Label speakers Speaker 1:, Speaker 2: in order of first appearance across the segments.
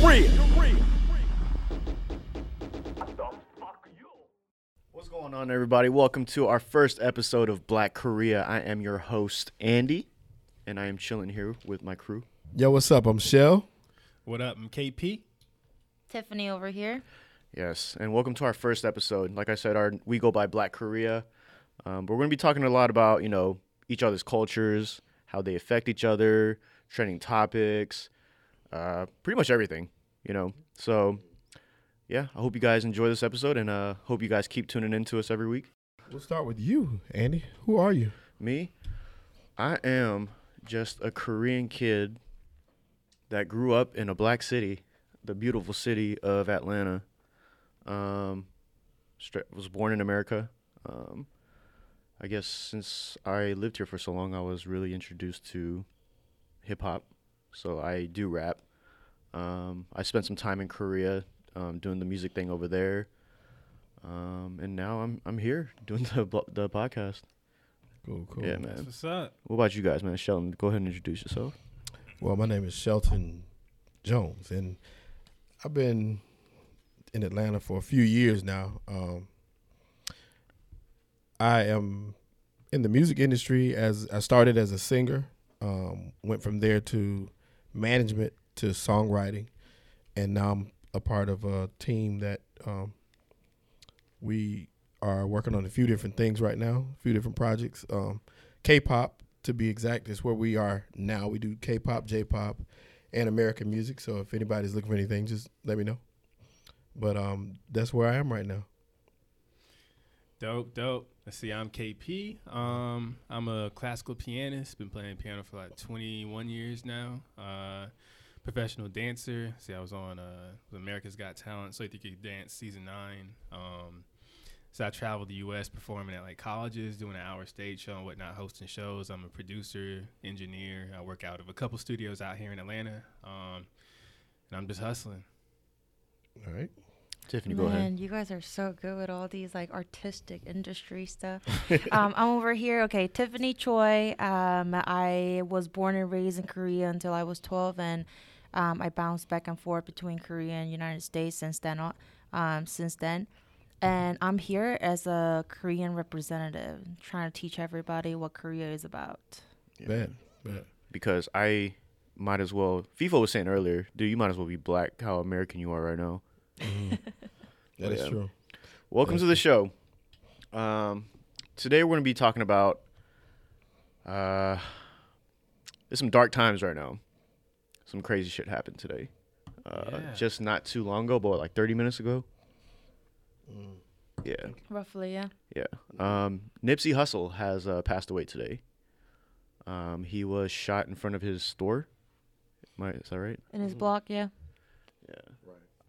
Speaker 1: Korea, Korea.
Speaker 2: What's going on, everybody? Welcome to our first episode of Black Korea. I am your host, Andy, and I am chilling here with my crew.
Speaker 3: Yo, what's up? I'm Shell.
Speaker 4: What up, I'm KP?
Speaker 5: Tiffany over here.
Speaker 2: Yes, and welcome to our first episode. Like I said, our we go by Black Korea. Um, but we're going to be talking a lot about, you know, each other's cultures, how they affect each other, trending topics, uh, pretty much everything, you know. So, yeah, I hope you guys enjoy this episode and uh, hope you guys keep tuning in to us every week.
Speaker 3: We'll start with you, Andy. Who are you?
Speaker 2: Me, I am just a Korean kid that grew up in a black city, the beautiful city of Atlanta. Um, stra- was born in America. Um, I guess since I lived here for so long, I was really introduced to hip hop. So I do rap. Um, I spent some time in Korea um, doing the music thing over there, um, and now I'm I'm here doing the blo- the podcast.
Speaker 3: Cool, cool.
Speaker 2: Yeah, man.
Speaker 4: What's up?
Speaker 2: What about you guys, man? Sheldon, go ahead and introduce yourself.
Speaker 3: Well, my name is Shelton Jones, and I've been in Atlanta for a few years now. Um, I am in the music industry as I started as a singer, um, went from there to management to songwriting, and now I'm a part of a team that um, we are working on a few different things right now, a few different projects. Um, K-pop, to be exact, is where we are now. We do K-pop, J-pop, and American music. So if anybody's looking for anything, just let me know. But um, that's where I am right now.
Speaker 4: Dope, dope. Let's see, I'm KP. Um, I'm a classical pianist. Been playing piano for like 21 years now. Uh, professional dancer. See, I was on uh, America's Got Talent, So You Think You Can Dance season nine. Um, so I traveled the U.S. performing at like colleges, doing an hour stage show and whatnot, hosting shows. I'm a producer, engineer. I work out of a couple studios out here in Atlanta. Um, and I'm just hustling.
Speaker 3: All right.
Speaker 2: Tiffany,
Speaker 5: Man,
Speaker 2: go ahead.
Speaker 5: you guys are so good with all these like artistic industry stuff. um, I'm over here. Okay, Tiffany Choi. Um, I was born and raised in Korea until I was 12, and um, I bounced back and forth between Korea and United States since then. on- Um, since then, and I'm here as a Korean representative, trying to teach everybody what Korea is about.
Speaker 3: Bad. Bad.
Speaker 2: Because I might as well. FIFA was saying earlier, dude, you might as well be black. How American you are right now.
Speaker 3: That is
Speaker 2: yeah.
Speaker 3: true.
Speaker 2: Welcome to the show. Um, today we're going to be talking about uh, there's some dark times right now. Some crazy shit happened today. Uh,
Speaker 4: Yeah.
Speaker 2: Just not too long ago, but like 30 minutes ago. Mm. Yeah,
Speaker 5: Roughly, yeah.
Speaker 2: yeah. Um, Nipsey Hussle has uh, passed away today. Um, he was shot in front of his store. Am I, is that right?
Speaker 5: In his block, yeah.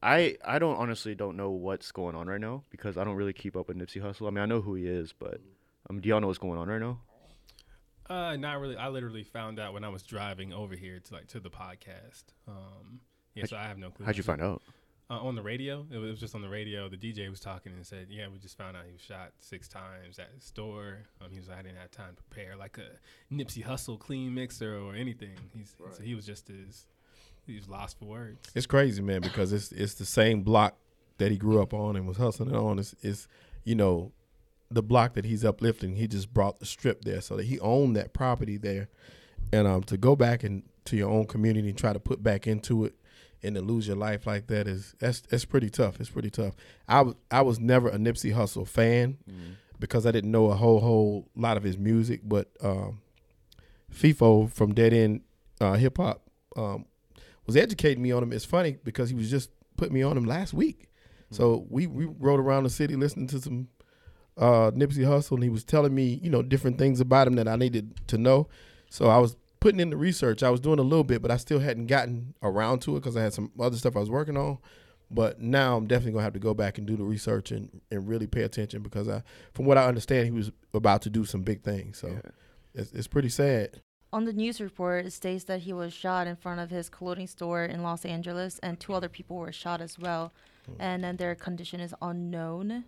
Speaker 2: I I don't honestly don't know what's going on right now because I don't really keep up with Nipsey Hussle. I mean, I know who he is, but um, do y'all know what's going on right now?
Speaker 4: Uh, not really. I literally found out when I was driving over here to like to the podcast. Um, yeah, so I have no clue.
Speaker 2: How'd you find out?
Speaker 4: Uh, on the radio, it was just on the radio. The DJ was talking and said, "Yeah, we just found out he was shot six times at the store." Um, he was like, "I didn't have time to prepare like a Nipsey Hustle clean mixer or anything." He's so he was just as he was lost for words.
Speaker 3: It's crazy, man, because it's it's the same block that he grew up on and was hustling on. It's, it's you know, the block that he's uplifting. He just brought the strip there, so that he owned that property there, and um, to go back and to your own community and try to put back into it, and to lose your life like that is that's that's pretty tough. It's pretty tough. I was I was never a Nipsey Hussle fan because I didn't know a whole whole lot of his music, but um, FIFO from Dead End uh, Hip Hop um, was educating me on him. It's funny because he was just putting me on him last week. So we, we rode around the city listening to some uh, Nipsey Hussle, and he was telling me, you know, different things about him that I needed to know. So I was putting in the research. I was doing a little bit, but I still hadn't gotten around to it because I had some other stuff I was working on. But now I'm definitely gonna have to go back and do the research and, and really pay attention because I, from what I understand, he was about to do some big things. So it's, it's pretty sad.
Speaker 5: On the news report, it states that he was shot in front of his clothing store in Los Angeles, and two other people were shot as well.
Speaker 3: Hmm.
Speaker 5: And then their condition is unknown.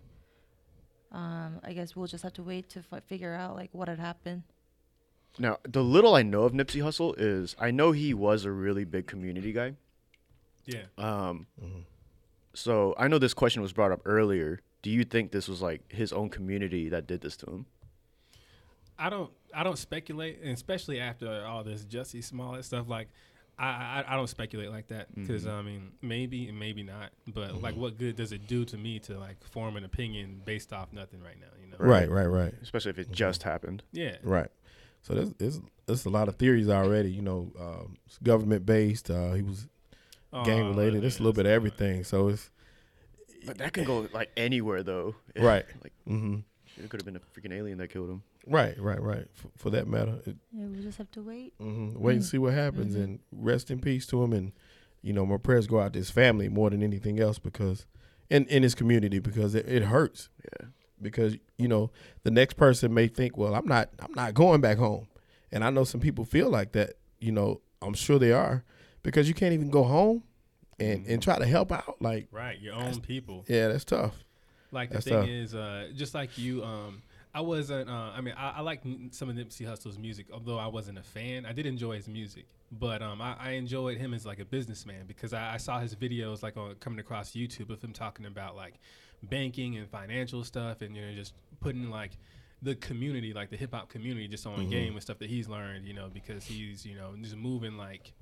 Speaker 5: Um, I guess we'll just have to wait to fi- figure out like what had happened.
Speaker 2: Now, the little I know of Nipsey Hussle is I know he was a really big community guy.
Speaker 4: Yeah.
Speaker 2: Um, So I know this question was brought up earlier. Do you think this was like his own community that did this to him?
Speaker 4: I don't I don't speculate, and especially after all this Jussie Smollett stuff. Like, I I, I don't speculate like that
Speaker 3: Mm-hmm.
Speaker 4: because I mean maybe and maybe not. But like, what good does it do to me to like form an opinion based off nothing right now? You know?
Speaker 3: Right, right, right.
Speaker 2: Especially if it just happened.
Speaker 4: Yeah.
Speaker 3: Right. So there's, there's, there's a lot of theories already. You know, um, it's government based. Uh, he was gang
Speaker 4: Oh,
Speaker 3: related. It's a little bit of everything. So it's
Speaker 2: But that can go like anywhere though.
Speaker 3: Right.
Speaker 2: like
Speaker 3: hmm
Speaker 2: it could have been a freaking alien that killed him.
Speaker 3: right, right, right. For, for that matter, It-
Speaker 5: Yeah, we'll just have to wait.
Speaker 3: mhm. wait
Speaker 2: Mm.
Speaker 3: and see what happens.
Speaker 2: Mm-hmm.
Speaker 3: And rest in peace to him. And you know, my prayers go out to his family more than anything else because, and in his community because it, it hurts.
Speaker 2: Yeah.
Speaker 3: because you know the next person may think well i'm not i'm not going back home and i know some people feel like that you know i'm sure they are because you can't even go home and and try to help out like
Speaker 4: Right. Your own people.
Speaker 3: yeah that's tough
Speaker 4: Like the
Speaker 3: That's
Speaker 4: thing
Speaker 3: tough.
Speaker 4: is, uh, just like you, um, I wasn't. Uh, I mean, I, I like some of Nipsey Hussle's music, although I wasn't a fan. I did enjoy his music, but um, I, I enjoyed him as like a businessman because I, I saw his videos like on coming across YouTube of him talking about like banking and financial stuff, and you know, just putting like the community, like the hip hop community, just
Speaker 3: Mm-hmm.
Speaker 4: on game with stuff that he's learned, you know, because he's you know just moving like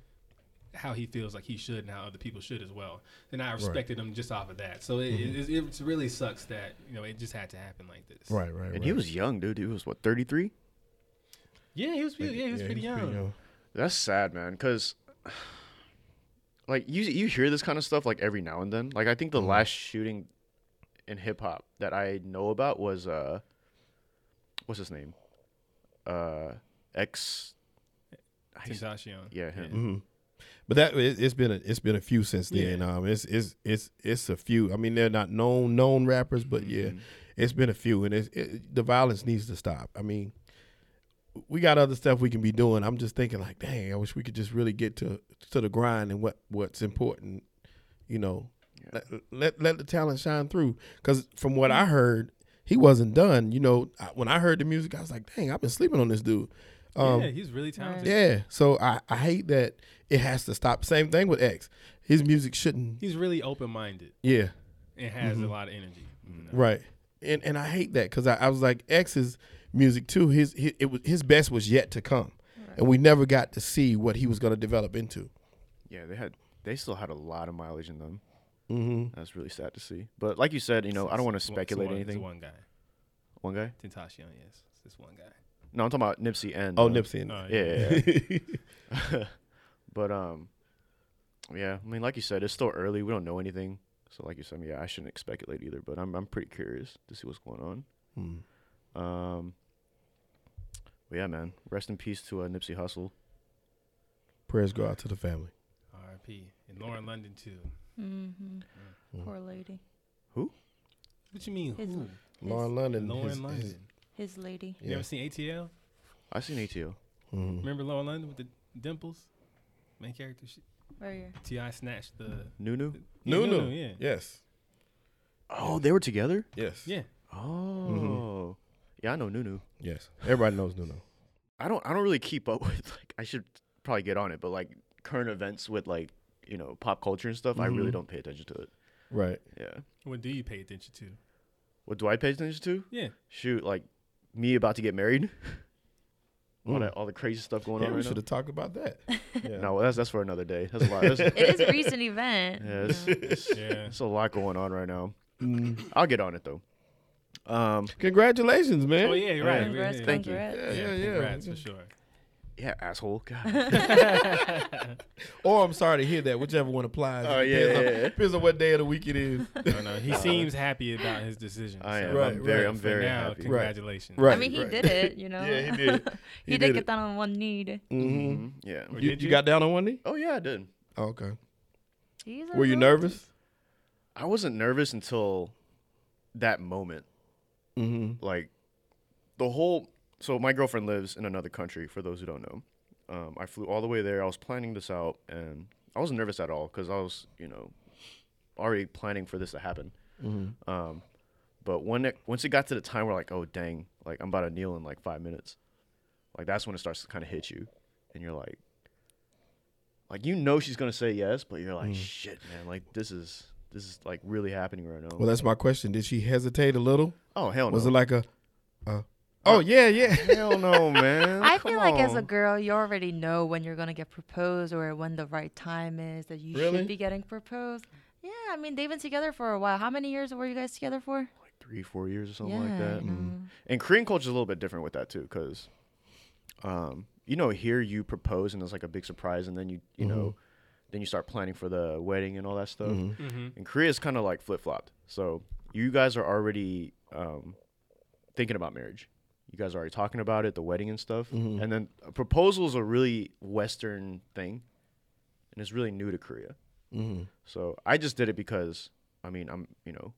Speaker 4: how he feels like he should and how other people should as well. And I respected him just off of that. So it, it, it, really sucks that you know it just had to happen like this.
Speaker 3: right right
Speaker 2: And he was young, dude. He was what, 33?
Speaker 4: Yeah, he was. Yeah, he was pretty, young.
Speaker 2: That's sad, man, cuz like you you hear this kind of stuff like every now and then. Like I think
Speaker 4: Mm-hmm.
Speaker 2: the last shooting in hip hop that I know about was uh what's his name? Uh X
Speaker 4: Tentacion.
Speaker 2: yeah, him.
Speaker 3: but that it, it's been a, it's been a few since then um it's it's it's it's a few i mean they're not known known rappers but yeah it's been a few and it's it, the violence needs to stop i mean we got other stuff we can be doing. I'm just thinking like, dang, I wish we could just really get to to the grind and what what's important, you know. Let, let let the talent shine through. Cause from what I heard, he wasn't done. You know, I, when I heard the music, I was like, dang, I've been sleeping on this dude. Um,
Speaker 4: yeah, he's really talented.
Speaker 3: yeah. So I I hate that it has to stop. Same thing with X. His music shouldn't.
Speaker 4: He's really open minded
Speaker 3: Yeah.
Speaker 4: and has a lot of energy. you know.
Speaker 3: Right. And and I hate that because I, I was like X's music too. His, his it was his best was yet to come, and we never got to see what he was going to develop into.
Speaker 2: Yeah, they had they still had a lot of mileage in them. Mm-hmm. That's really sad to see. But like you said, you know, I don't want to
Speaker 4: It's one-
Speaker 2: speculate
Speaker 4: it's one,
Speaker 2: anything.
Speaker 4: It's
Speaker 2: One.
Speaker 4: one guy,
Speaker 2: guy?
Speaker 4: Tentacion. Yes, it's this one guy.
Speaker 2: No, I'm talking about Nipsey and
Speaker 3: Oh,
Speaker 2: uh,
Speaker 3: Nipsey. and-
Speaker 4: Oh,
Speaker 2: Yeah. yeah, yeah. but um, yeah. I mean, like you said, it's still early. We don't know anything. So like you said, yeah, I shouldn't speculate either. But I'm I'm pretty curious to see what's going on.
Speaker 3: Hmm.
Speaker 2: Um. But yeah, man. Rest in peace to uh, Nipsey Hussle.
Speaker 3: Prayers go out to the family.
Speaker 4: R.I.P. And Lauren London too.
Speaker 5: Mm-hmm.
Speaker 3: Hmm.
Speaker 5: Poor lady.
Speaker 4: What you mean?
Speaker 5: His,
Speaker 4: Who?
Speaker 3: Lauren London.
Speaker 4: Lauren
Speaker 3: his-
Speaker 4: London.
Speaker 3: his-
Speaker 5: his lady.
Speaker 4: You ever seen ATL?
Speaker 2: I seen ATO.
Speaker 3: Mm-hmm.
Speaker 4: Remember Lauren London with the dimples? Main character. She,
Speaker 5: Right here.
Speaker 4: Ti snatched the.
Speaker 2: Nunu.
Speaker 4: Yeah,
Speaker 3: Nunu.
Speaker 4: Yeah.
Speaker 3: Yes.
Speaker 2: Oh, they were together. Mm-hmm.
Speaker 3: Yes.
Speaker 4: Yeah.
Speaker 2: Oh. Yeah, I know Nunu.
Speaker 3: Yes. Everybody knows Nuno.
Speaker 2: I don't I don't really keep up with like I should probably get on it, but like current events with like you know pop culture and stuff, I really don't pay attention to it.
Speaker 3: Right.
Speaker 2: Yeah.
Speaker 4: What do you pay attention to?
Speaker 2: What do I pay attention to?
Speaker 4: Yeah.
Speaker 2: Shoot, like me about to get married. all that all the crazy stuff going
Speaker 3: Yeah,
Speaker 2: on
Speaker 3: we
Speaker 2: right
Speaker 3: should
Speaker 2: now.
Speaker 3: have talked about that. Yeah.
Speaker 2: No, that's that's for another day. That's a lot. That's, yeah,
Speaker 5: It is a recent event.
Speaker 2: it's,
Speaker 4: Yeah.
Speaker 2: it's a lot going on right now. I'll get on it though. Um,
Speaker 3: Congratulations, man.
Speaker 4: Oh yeah, you're right.
Speaker 5: Congrats,
Speaker 4: Yeah,
Speaker 2: Thank you.
Speaker 5: congrats.
Speaker 4: yeah,
Speaker 3: yeah.
Speaker 4: Congrats for sure.
Speaker 2: Yeah, asshole. God.
Speaker 3: Or I'm sorry to hear that, whichever one applies.
Speaker 2: Oh,
Speaker 3: It depends
Speaker 2: yeah,
Speaker 3: on-
Speaker 2: yeah, yeah.
Speaker 3: Depends on what day of the week it is.
Speaker 4: don't know. He seems happy about his decision.
Speaker 2: I am.
Speaker 4: so
Speaker 3: Right,
Speaker 2: I'm very,
Speaker 3: right.
Speaker 2: I'm
Speaker 4: for
Speaker 2: very
Speaker 4: now,
Speaker 2: happy.
Speaker 4: Congratulations.
Speaker 3: Right.
Speaker 5: I mean, he did it, you know.
Speaker 3: Yeah, he did.
Speaker 5: He
Speaker 3: He
Speaker 5: did
Speaker 3: did
Speaker 5: get
Speaker 3: it.
Speaker 5: that on one knee.
Speaker 3: Mm-hmm.
Speaker 2: Mhm, Yeah.
Speaker 4: Or
Speaker 3: You,
Speaker 4: did
Speaker 3: you
Speaker 4: you?
Speaker 3: got down on one knee?
Speaker 2: Oh yeah, I did.
Speaker 3: Oh, okay.
Speaker 5: He's a
Speaker 3: Were you
Speaker 5: little-
Speaker 3: nervous?
Speaker 2: I wasn't nervous until that moment.
Speaker 3: Mm-hmm.
Speaker 2: Like the whole. So my girlfriend lives in another country. For those who don't know, um, I flew all the way there. I was planning this out, and I wasn't nervous at all because I was, you know, already planning for this to happen.
Speaker 3: Mm-hmm.
Speaker 2: Um, but when it, once it got to the time where like, oh dang, like I'm about to kneel in like five minutes, like that's when it starts to kind of hit you, and you're like, like you know she's gonna say yes, but you're
Speaker 3: Mm.
Speaker 2: like, shit, man, like this is this is like really happening right now.
Speaker 3: Well, that's my question. Did she hesitate a little?
Speaker 2: oh hell no,
Speaker 3: Was it like a, uh, oh yeah, yeah?
Speaker 2: hell no, man.
Speaker 5: I
Speaker 2: Come
Speaker 5: feel like as a
Speaker 2: on.
Speaker 5: girl, you already know when you're gonna get proposed or when the right time is that you
Speaker 3: Really?
Speaker 5: should be getting proposed. Yeah, I mean they've been together for a while. How many years were you guys together for?
Speaker 2: like three, four years or something
Speaker 5: yeah,
Speaker 2: like that.
Speaker 5: you know.
Speaker 2: And Korean culture is a little bit different with that too, because, um, you know, here you propose and it's like a big surprise, and then you, you know, then you start planning for the wedding and all that stuff.
Speaker 4: Mm-hmm.
Speaker 2: And Korea is kind of like flip flopped. So you guys are already um, thinking about marriage. You guys are already talking about it, the wedding and stuff. And then a proposal is a really Western thing, and it's really new to Korea.
Speaker 3: Mhm.
Speaker 2: So I just did it because, I mean, I'm, you know,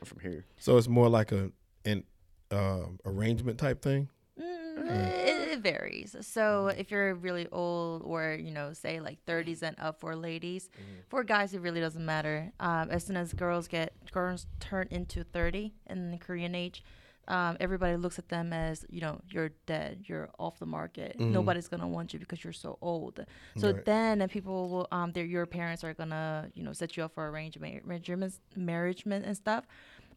Speaker 2: I'm from here.
Speaker 3: So it's more like a an uh, arrangement type thing.
Speaker 5: Mm, it, it varies. So if you're really old, or you know, say like 30s and up for ladies, for guys it really doesn't matter. Um, as soon as girls get girls turn into 30 in the Korean age, um, everybody looks at them as you know you're dead, you're off the market. Nobody's gonna want you because you're so old. So then the people will, um, their your parents are gonna you know set you up for arrangement, arrangements, marriage and stuff.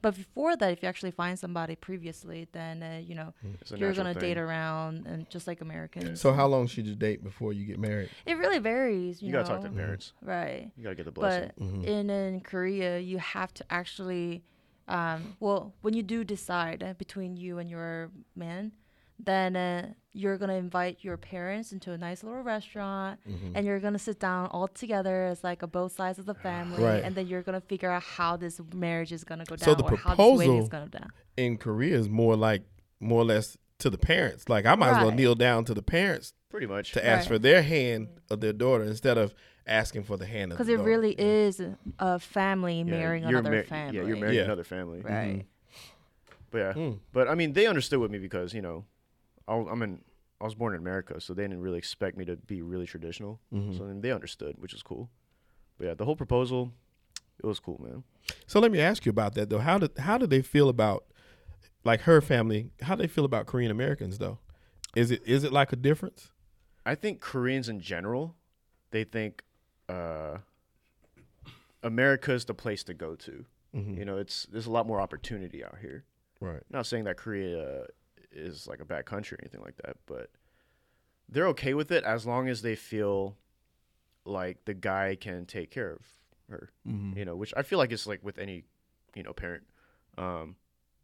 Speaker 5: But before that, if you actually find somebody previously, then uh, you know
Speaker 2: It's a
Speaker 5: you're
Speaker 2: natural
Speaker 5: gonna date
Speaker 2: thing.
Speaker 5: around and just like Americans.
Speaker 3: So how long should you date before you get married?
Speaker 5: It really varies. You,
Speaker 2: You,
Speaker 5: know?
Speaker 2: gotta talk to parents.
Speaker 5: Right.
Speaker 2: You gotta get the blessing.
Speaker 5: But
Speaker 3: Mm-hmm.
Speaker 5: in in Korea, you have to actually, um, well, when you do decide uh, between you and your man, then uh, you're gonna invite your parents into a nice little restaurant,
Speaker 3: Mm-hmm.
Speaker 5: and you're gonna sit down all together as like a both sides of the family,
Speaker 3: Right.
Speaker 5: and then you're gonna figure out how this marriage is gonna go down
Speaker 3: So the
Speaker 5: or how this wedding
Speaker 3: proposal-
Speaker 5: is gonna go down.
Speaker 3: In Korea, is more like more or less to the parents. Like I might as well
Speaker 5: Right.
Speaker 3: kneel down to the parents
Speaker 2: Pretty much.
Speaker 3: to ask
Speaker 5: Right.
Speaker 3: for their hand of their daughter instead of asking for the hand
Speaker 2: Uh,
Speaker 3: of.
Speaker 5: Because
Speaker 3: the
Speaker 5: it
Speaker 3: daughter.
Speaker 5: really is a family marrying
Speaker 2: you're
Speaker 5: another
Speaker 2: mar-
Speaker 5: family.
Speaker 2: Yeah, you're marrying
Speaker 3: Yeah.
Speaker 2: another family.
Speaker 3: Mm-hmm.
Speaker 5: Right.
Speaker 2: But yeah, but I mean, they understood with me because you know, I, I'm in. I was born in America, so they didn't really expect me to be really traditional. So then they understood, which is cool. But yeah, the whole proposal, it was cool, man.
Speaker 3: So let me ask you about that though. How did how do they feel about like her family? How do they feel about Korean Americans though? Is it is it like a difference?
Speaker 2: I think Koreans in general, they think uh, America is the place to go to. You know, it's there's a lot more opportunity out here.
Speaker 3: Right.
Speaker 2: not saying that Korea is like a bad country or anything like that, but they're okay with it as long as they feel like the guy can take care of her.
Speaker 5: Mm-hmm.
Speaker 3: Mm-hmm.
Speaker 2: You know, which I feel like it's like with any, you know, parent. Um,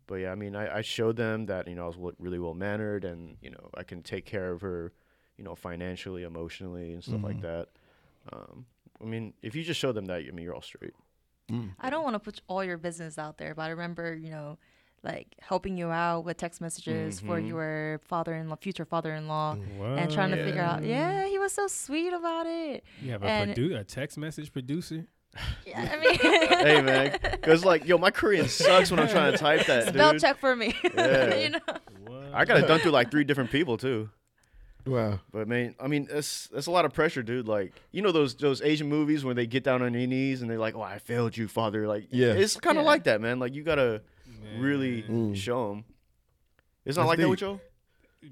Speaker 2: but yeah, I mean, I, I showed them that you know I was w- really well mannered and you know I can take care of her, you know, financially, emotionally, and stuff
Speaker 5: Mm-hmm.
Speaker 2: like that. Um, I mean, if you just show them that, I mean, you're all straight.
Speaker 3: Mm.
Speaker 5: I don't want to put all your business out there, but I remember, you know, like helping you out with text messages
Speaker 3: Mm-hmm.
Speaker 5: for your father-in-law, future father-in-law, and trying to figure out. Yeah, he was so sweet about it.
Speaker 4: You have a,
Speaker 5: And-
Speaker 4: produ- a text message producer.
Speaker 5: Yeah, I mean,
Speaker 2: hey man, because like yo, my Korean sucks when I'm trying to type that.
Speaker 5: spell
Speaker 2: dude.
Speaker 5: check for me. you know,
Speaker 2: I got it done through like three different people too.
Speaker 3: Wow.
Speaker 2: But man, I mean, that's that's a lot of pressure, dude. Like, you know those those Asian movies where they get down on their knees and they're like, "Oh, I failed you, father." Like,
Speaker 3: Yeah.
Speaker 2: it's kind of
Speaker 5: Yeah.
Speaker 2: like that, man. Like, you gotta really show them. It's not
Speaker 3: Mm. That's
Speaker 2: like that
Speaker 3: deep.
Speaker 2: with y'all.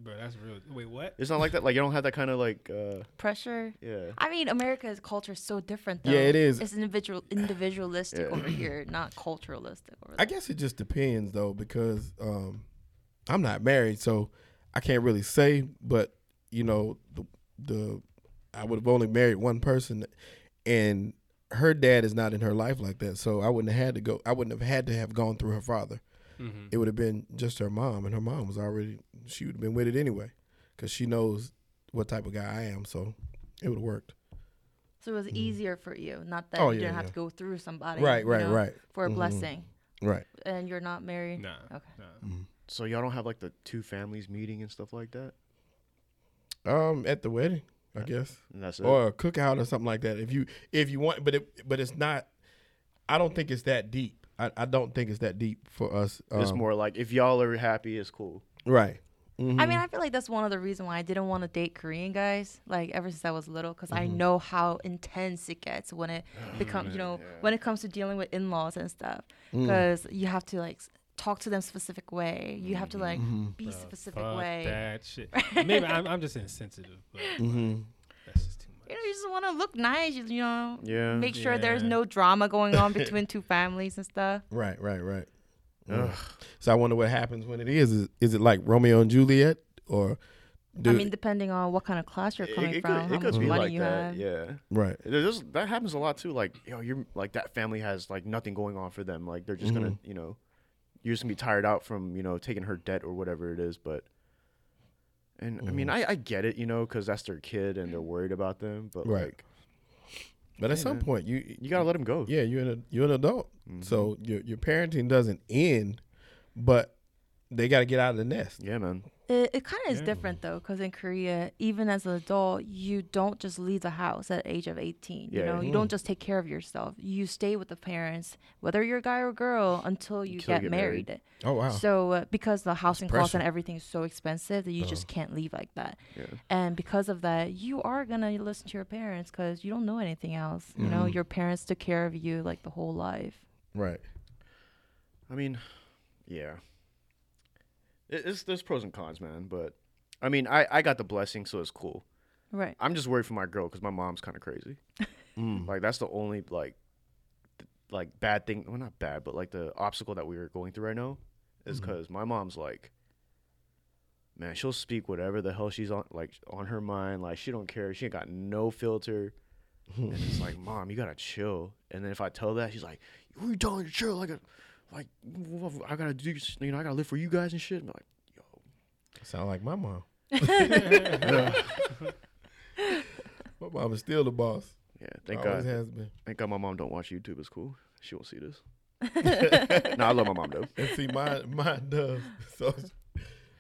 Speaker 4: Bro, that's real. Wait, what?
Speaker 2: It's not like that. Like, you don't have that kind of like, uh,
Speaker 5: pressure.
Speaker 2: yeah.
Speaker 5: I mean, America's culture is so different. Though.
Speaker 3: Yeah, it is.
Speaker 5: It's individual, individualistic over here, not culturalistic over
Speaker 3: I
Speaker 5: there.
Speaker 3: guess it just depends though, because um, I'm not married, so I can't really say. But you know, the, the I would have only married one person, and her dad is not in her life like that, so I wouldn't have had to go. I wouldn't have had to have gone through her father. It would have been just her mom, and her mom was already she would have been with it anyway, because she knows what type of guy I am, so it would have worked.
Speaker 5: So it was easier for you, not that
Speaker 3: Mm-hmm. Oh,
Speaker 5: you
Speaker 3: yeah,
Speaker 5: didn't have
Speaker 3: yeah.
Speaker 5: to go through somebody.
Speaker 3: Right,
Speaker 5: you
Speaker 3: right, right. Mm-hmm.
Speaker 5: For a blessing,
Speaker 3: Right.
Speaker 5: and you're not married.
Speaker 4: Nah.
Speaker 5: Okay.
Speaker 4: Nah.
Speaker 2: So y'all don't have like the two families meeting and stuff like that.
Speaker 3: Um, at the wedding, I guess.
Speaker 2: And that's it.
Speaker 3: or a cookout or something like that. If you if you want, but it but it's not. I don't think it's that deep. I, I don't think it's that deep for us.
Speaker 2: it's
Speaker 3: um,
Speaker 2: more like if y'all are happy, it's cool.
Speaker 3: right.
Speaker 5: I
Speaker 2: Hmm.
Speaker 5: mean, I feel like that's one of the reasons why I didn't want to date Korean guys. Like ever since I was little, because I
Speaker 2: Mm-hmm.
Speaker 5: know how intense it gets when it becomes, you know, when it comes to dealing with in-laws and stuff.
Speaker 2: Mm.
Speaker 5: Because you have to like s- talk to them specific way. You have to like
Speaker 2: Mm-hmm.
Speaker 5: be specific
Speaker 4: Fuck
Speaker 5: way.
Speaker 4: that shit. Maybe I'm, I'm just insensitive, but
Speaker 2: Mm-hmm.
Speaker 4: that's just too
Speaker 5: You
Speaker 4: much.
Speaker 5: know, you just want to look nice. You, you know,
Speaker 2: Yeah.
Speaker 5: make sure there's
Speaker 4: Yeah.
Speaker 5: no drama going on between two families and stuff.
Speaker 3: Right. Right. Right. So I wonder what happens when it is. Is, is it like Romeo and Juliet or? Do,
Speaker 5: I mean, depending on what kind of class you're
Speaker 2: It-
Speaker 5: coming
Speaker 2: it,
Speaker 5: from,
Speaker 2: could,
Speaker 5: how
Speaker 2: it could
Speaker 5: much
Speaker 2: be
Speaker 5: money
Speaker 2: like
Speaker 5: you
Speaker 2: that.
Speaker 5: have.
Speaker 2: Yeah.
Speaker 3: right.
Speaker 2: There's, that happens a lot too. Like, yo, you're like that family has like nothing going on for them. Like they're just gonna,
Speaker 3: Mm-hmm.
Speaker 2: you know, you're just gonna be tired out from you know taking her debt or whatever it is. But, and I mean, I,
Speaker 3: Mm-hmm.
Speaker 2: I get it, you know, because that's their kid and they're worried about them. But
Speaker 3: Right.
Speaker 2: like,
Speaker 3: But at some point, you
Speaker 2: you gotta Mm-hmm. let them go.
Speaker 3: yeah, you're an you're an adult, so your your parenting doesn't end, but they got to get out of the nest.
Speaker 2: Yeah, man.
Speaker 5: It, it kind of is different though, because in Korea, even as an adult, you don't just leave the house at age of 18. You
Speaker 2: Yeah.
Speaker 5: know, you don't just take care of yourself. You stay with the parents, whether you're a guy or girl, until you
Speaker 2: Until you
Speaker 5: get,
Speaker 2: get
Speaker 5: married.
Speaker 2: married.
Speaker 3: Oh wow.
Speaker 5: So uh, because the housing costs
Speaker 3: pressure.
Speaker 5: and everything is so expensive that you just can't leave like that. And because of that, you are gonna listen to your parents because you don't know anything else. You know, your parents took care of you like the whole life.
Speaker 3: right.
Speaker 2: I mean, yeah. It, it's there's pros and cons, man. But I mean, I I got the blessing, so it's cool.
Speaker 5: Right.
Speaker 2: I'm just worried for my girl because my mom's kind of crazy. Like that's the only like, th- like bad thing. Well, not bad, but like the obstacle that we are going through right now is because my mom's like, man, she'll speak whatever the hell she's on like on her mind. Like she don't care. She ain't got no filter. and it's like, mom, you gotta chill. And then if I tell that, she's like, who you telling to chill? Like, a, like I gotta do. You know, I gotta live for you guys and shit. I'm like, yo,
Speaker 3: Sound like my mom. my mom is still the boss.
Speaker 2: yeah, thank
Speaker 3: Always
Speaker 2: God.
Speaker 3: has been.
Speaker 2: Thank God my mom don't watch YouTube. It's cool. She won't see this. no, I love my mom though.
Speaker 3: And see, mine mine does. So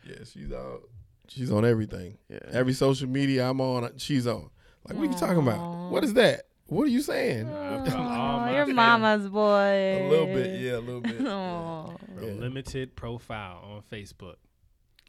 Speaker 3: yeah, she's all she's on everything.
Speaker 2: Yeah.
Speaker 3: Every social media I'm on, she's on. Like, what you talking about? What is that? What are you saying?
Speaker 4: I'm from all
Speaker 5: Oh,
Speaker 4: my
Speaker 5: your
Speaker 4: fam-
Speaker 5: mama's boy.
Speaker 3: A little bit, yeah, a little bit.
Speaker 5: Oh.
Speaker 4: bro,
Speaker 3: Yeah.
Speaker 4: Limited profile on Facebook.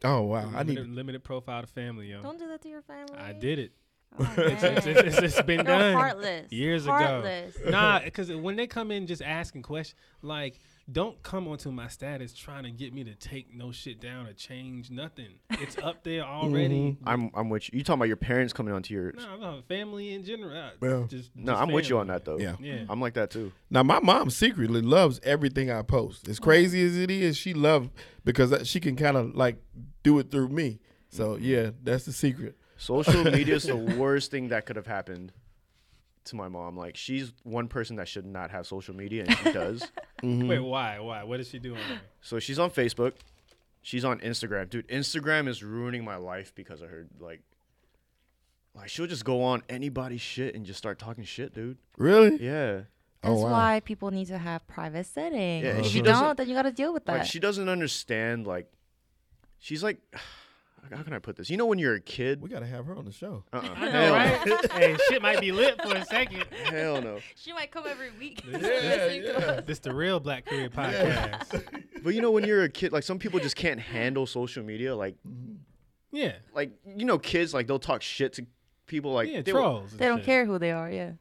Speaker 3: Oh wow, I
Speaker 4: limited,
Speaker 3: need.
Speaker 4: limited profile to family, yo.
Speaker 5: Don't do that to your family.
Speaker 4: I did it.
Speaker 5: Oh,
Speaker 4: It's, it's,
Speaker 5: man.
Speaker 4: it's- it's been
Speaker 5: They're
Speaker 4: done
Speaker 5: heartless.
Speaker 4: years
Speaker 5: heartless.
Speaker 4: ago. Nah, because when they come in just asking questions, like, don't come onto my status trying to get me to take no shit down or change nothing. It's up there already.
Speaker 2: I'm I'm with you. You talking about your parents coming onto your?
Speaker 4: No, I'm not family in general. I-
Speaker 3: Well,
Speaker 4: just,
Speaker 2: No,
Speaker 4: just
Speaker 2: I'm with you on
Speaker 4: family.
Speaker 2: that though.
Speaker 3: Yeah.
Speaker 4: Yeah.
Speaker 2: I'm like that too.
Speaker 3: Now my mom secretly loves everything I post. As crazy as it is, she loves because she can kind of like do it through me. So
Speaker 2: Mm-hmm.
Speaker 3: yeah, that's the secret.
Speaker 2: Social media is the worst thing that could have happened to my mom. Like she's one person that should not have social media, and she does.
Speaker 4: Wait, why? Why? What is she doing? There?
Speaker 2: So she's on Facebook. She's on Instagram. Dude, Instagram is ruining my life because of her. Like, like she'll just go on anybody's shit and just start talking shit, dude.
Speaker 3: Really?
Speaker 2: Yeah.
Speaker 3: Oh,
Speaker 5: That's
Speaker 3: wow.
Speaker 5: why people need to have private settings.
Speaker 2: Yeah, and
Speaker 5: if
Speaker 2: she
Speaker 5: you
Speaker 2: doesn't-
Speaker 5: don't, then you got to deal with that.
Speaker 2: Like she doesn't understand. Like, she's like, how can I put this? You know, when you're a kid,
Speaker 3: We gotta have her on the show.
Speaker 5: Uh,
Speaker 2: uh-uh.
Speaker 4: I
Speaker 2: hell,
Speaker 4: know, right? hey, shit might be lit for a second.
Speaker 2: hell no.
Speaker 5: She might come every week.
Speaker 4: This the real Black Korea podcast.
Speaker 2: But you know, when you're a kid, like some people just can't handle social media. Like,
Speaker 4: Yeah,
Speaker 2: like you know, kids like they'll talk shit to people. Like,
Speaker 4: yeah,
Speaker 2: they will-
Speaker 4: trolls. and
Speaker 5: They don't
Speaker 4: shit.
Speaker 5: care who they are. Yeah.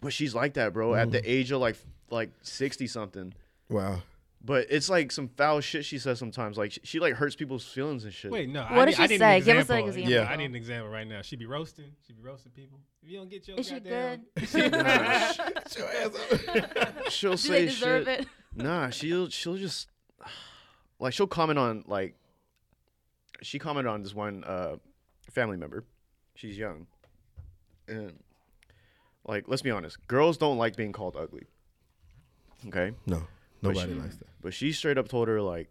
Speaker 2: But she's like that, bro. At the age of like like sixty something.
Speaker 3: Wow.
Speaker 2: But it's like some foul shit she says sometimes. Like she, she like hurts people's feelings and shit.
Speaker 4: Wait, no. I,
Speaker 5: What
Speaker 4: need-
Speaker 5: does she
Speaker 4: I need
Speaker 5: say?
Speaker 4: An
Speaker 5: Give us an
Speaker 4: Yeah,
Speaker 5: example.
Speaker 4: I need an example right now. She be roasting. She be roasting people. If you don't get your
Speaker 5: Is she
Speaker 4: goddamn-
Speaker 5: good?
Speaker 3: Shut your ass up.
Speaker 2: she'll
Speaker 5: Do
Speaker 2: say
Speaker 5: they deserve
Speaker 2: shit.
Speaker 5: it?
Speaker 2: Nah, she'll she'll just like she'll comment on like she commented on this one uh family member. She's young. And like let's be honest, girls don't like being called ugly. Okay?
Speaker 3: No, nobody likes that.
Speaker 2: But she straight up told her like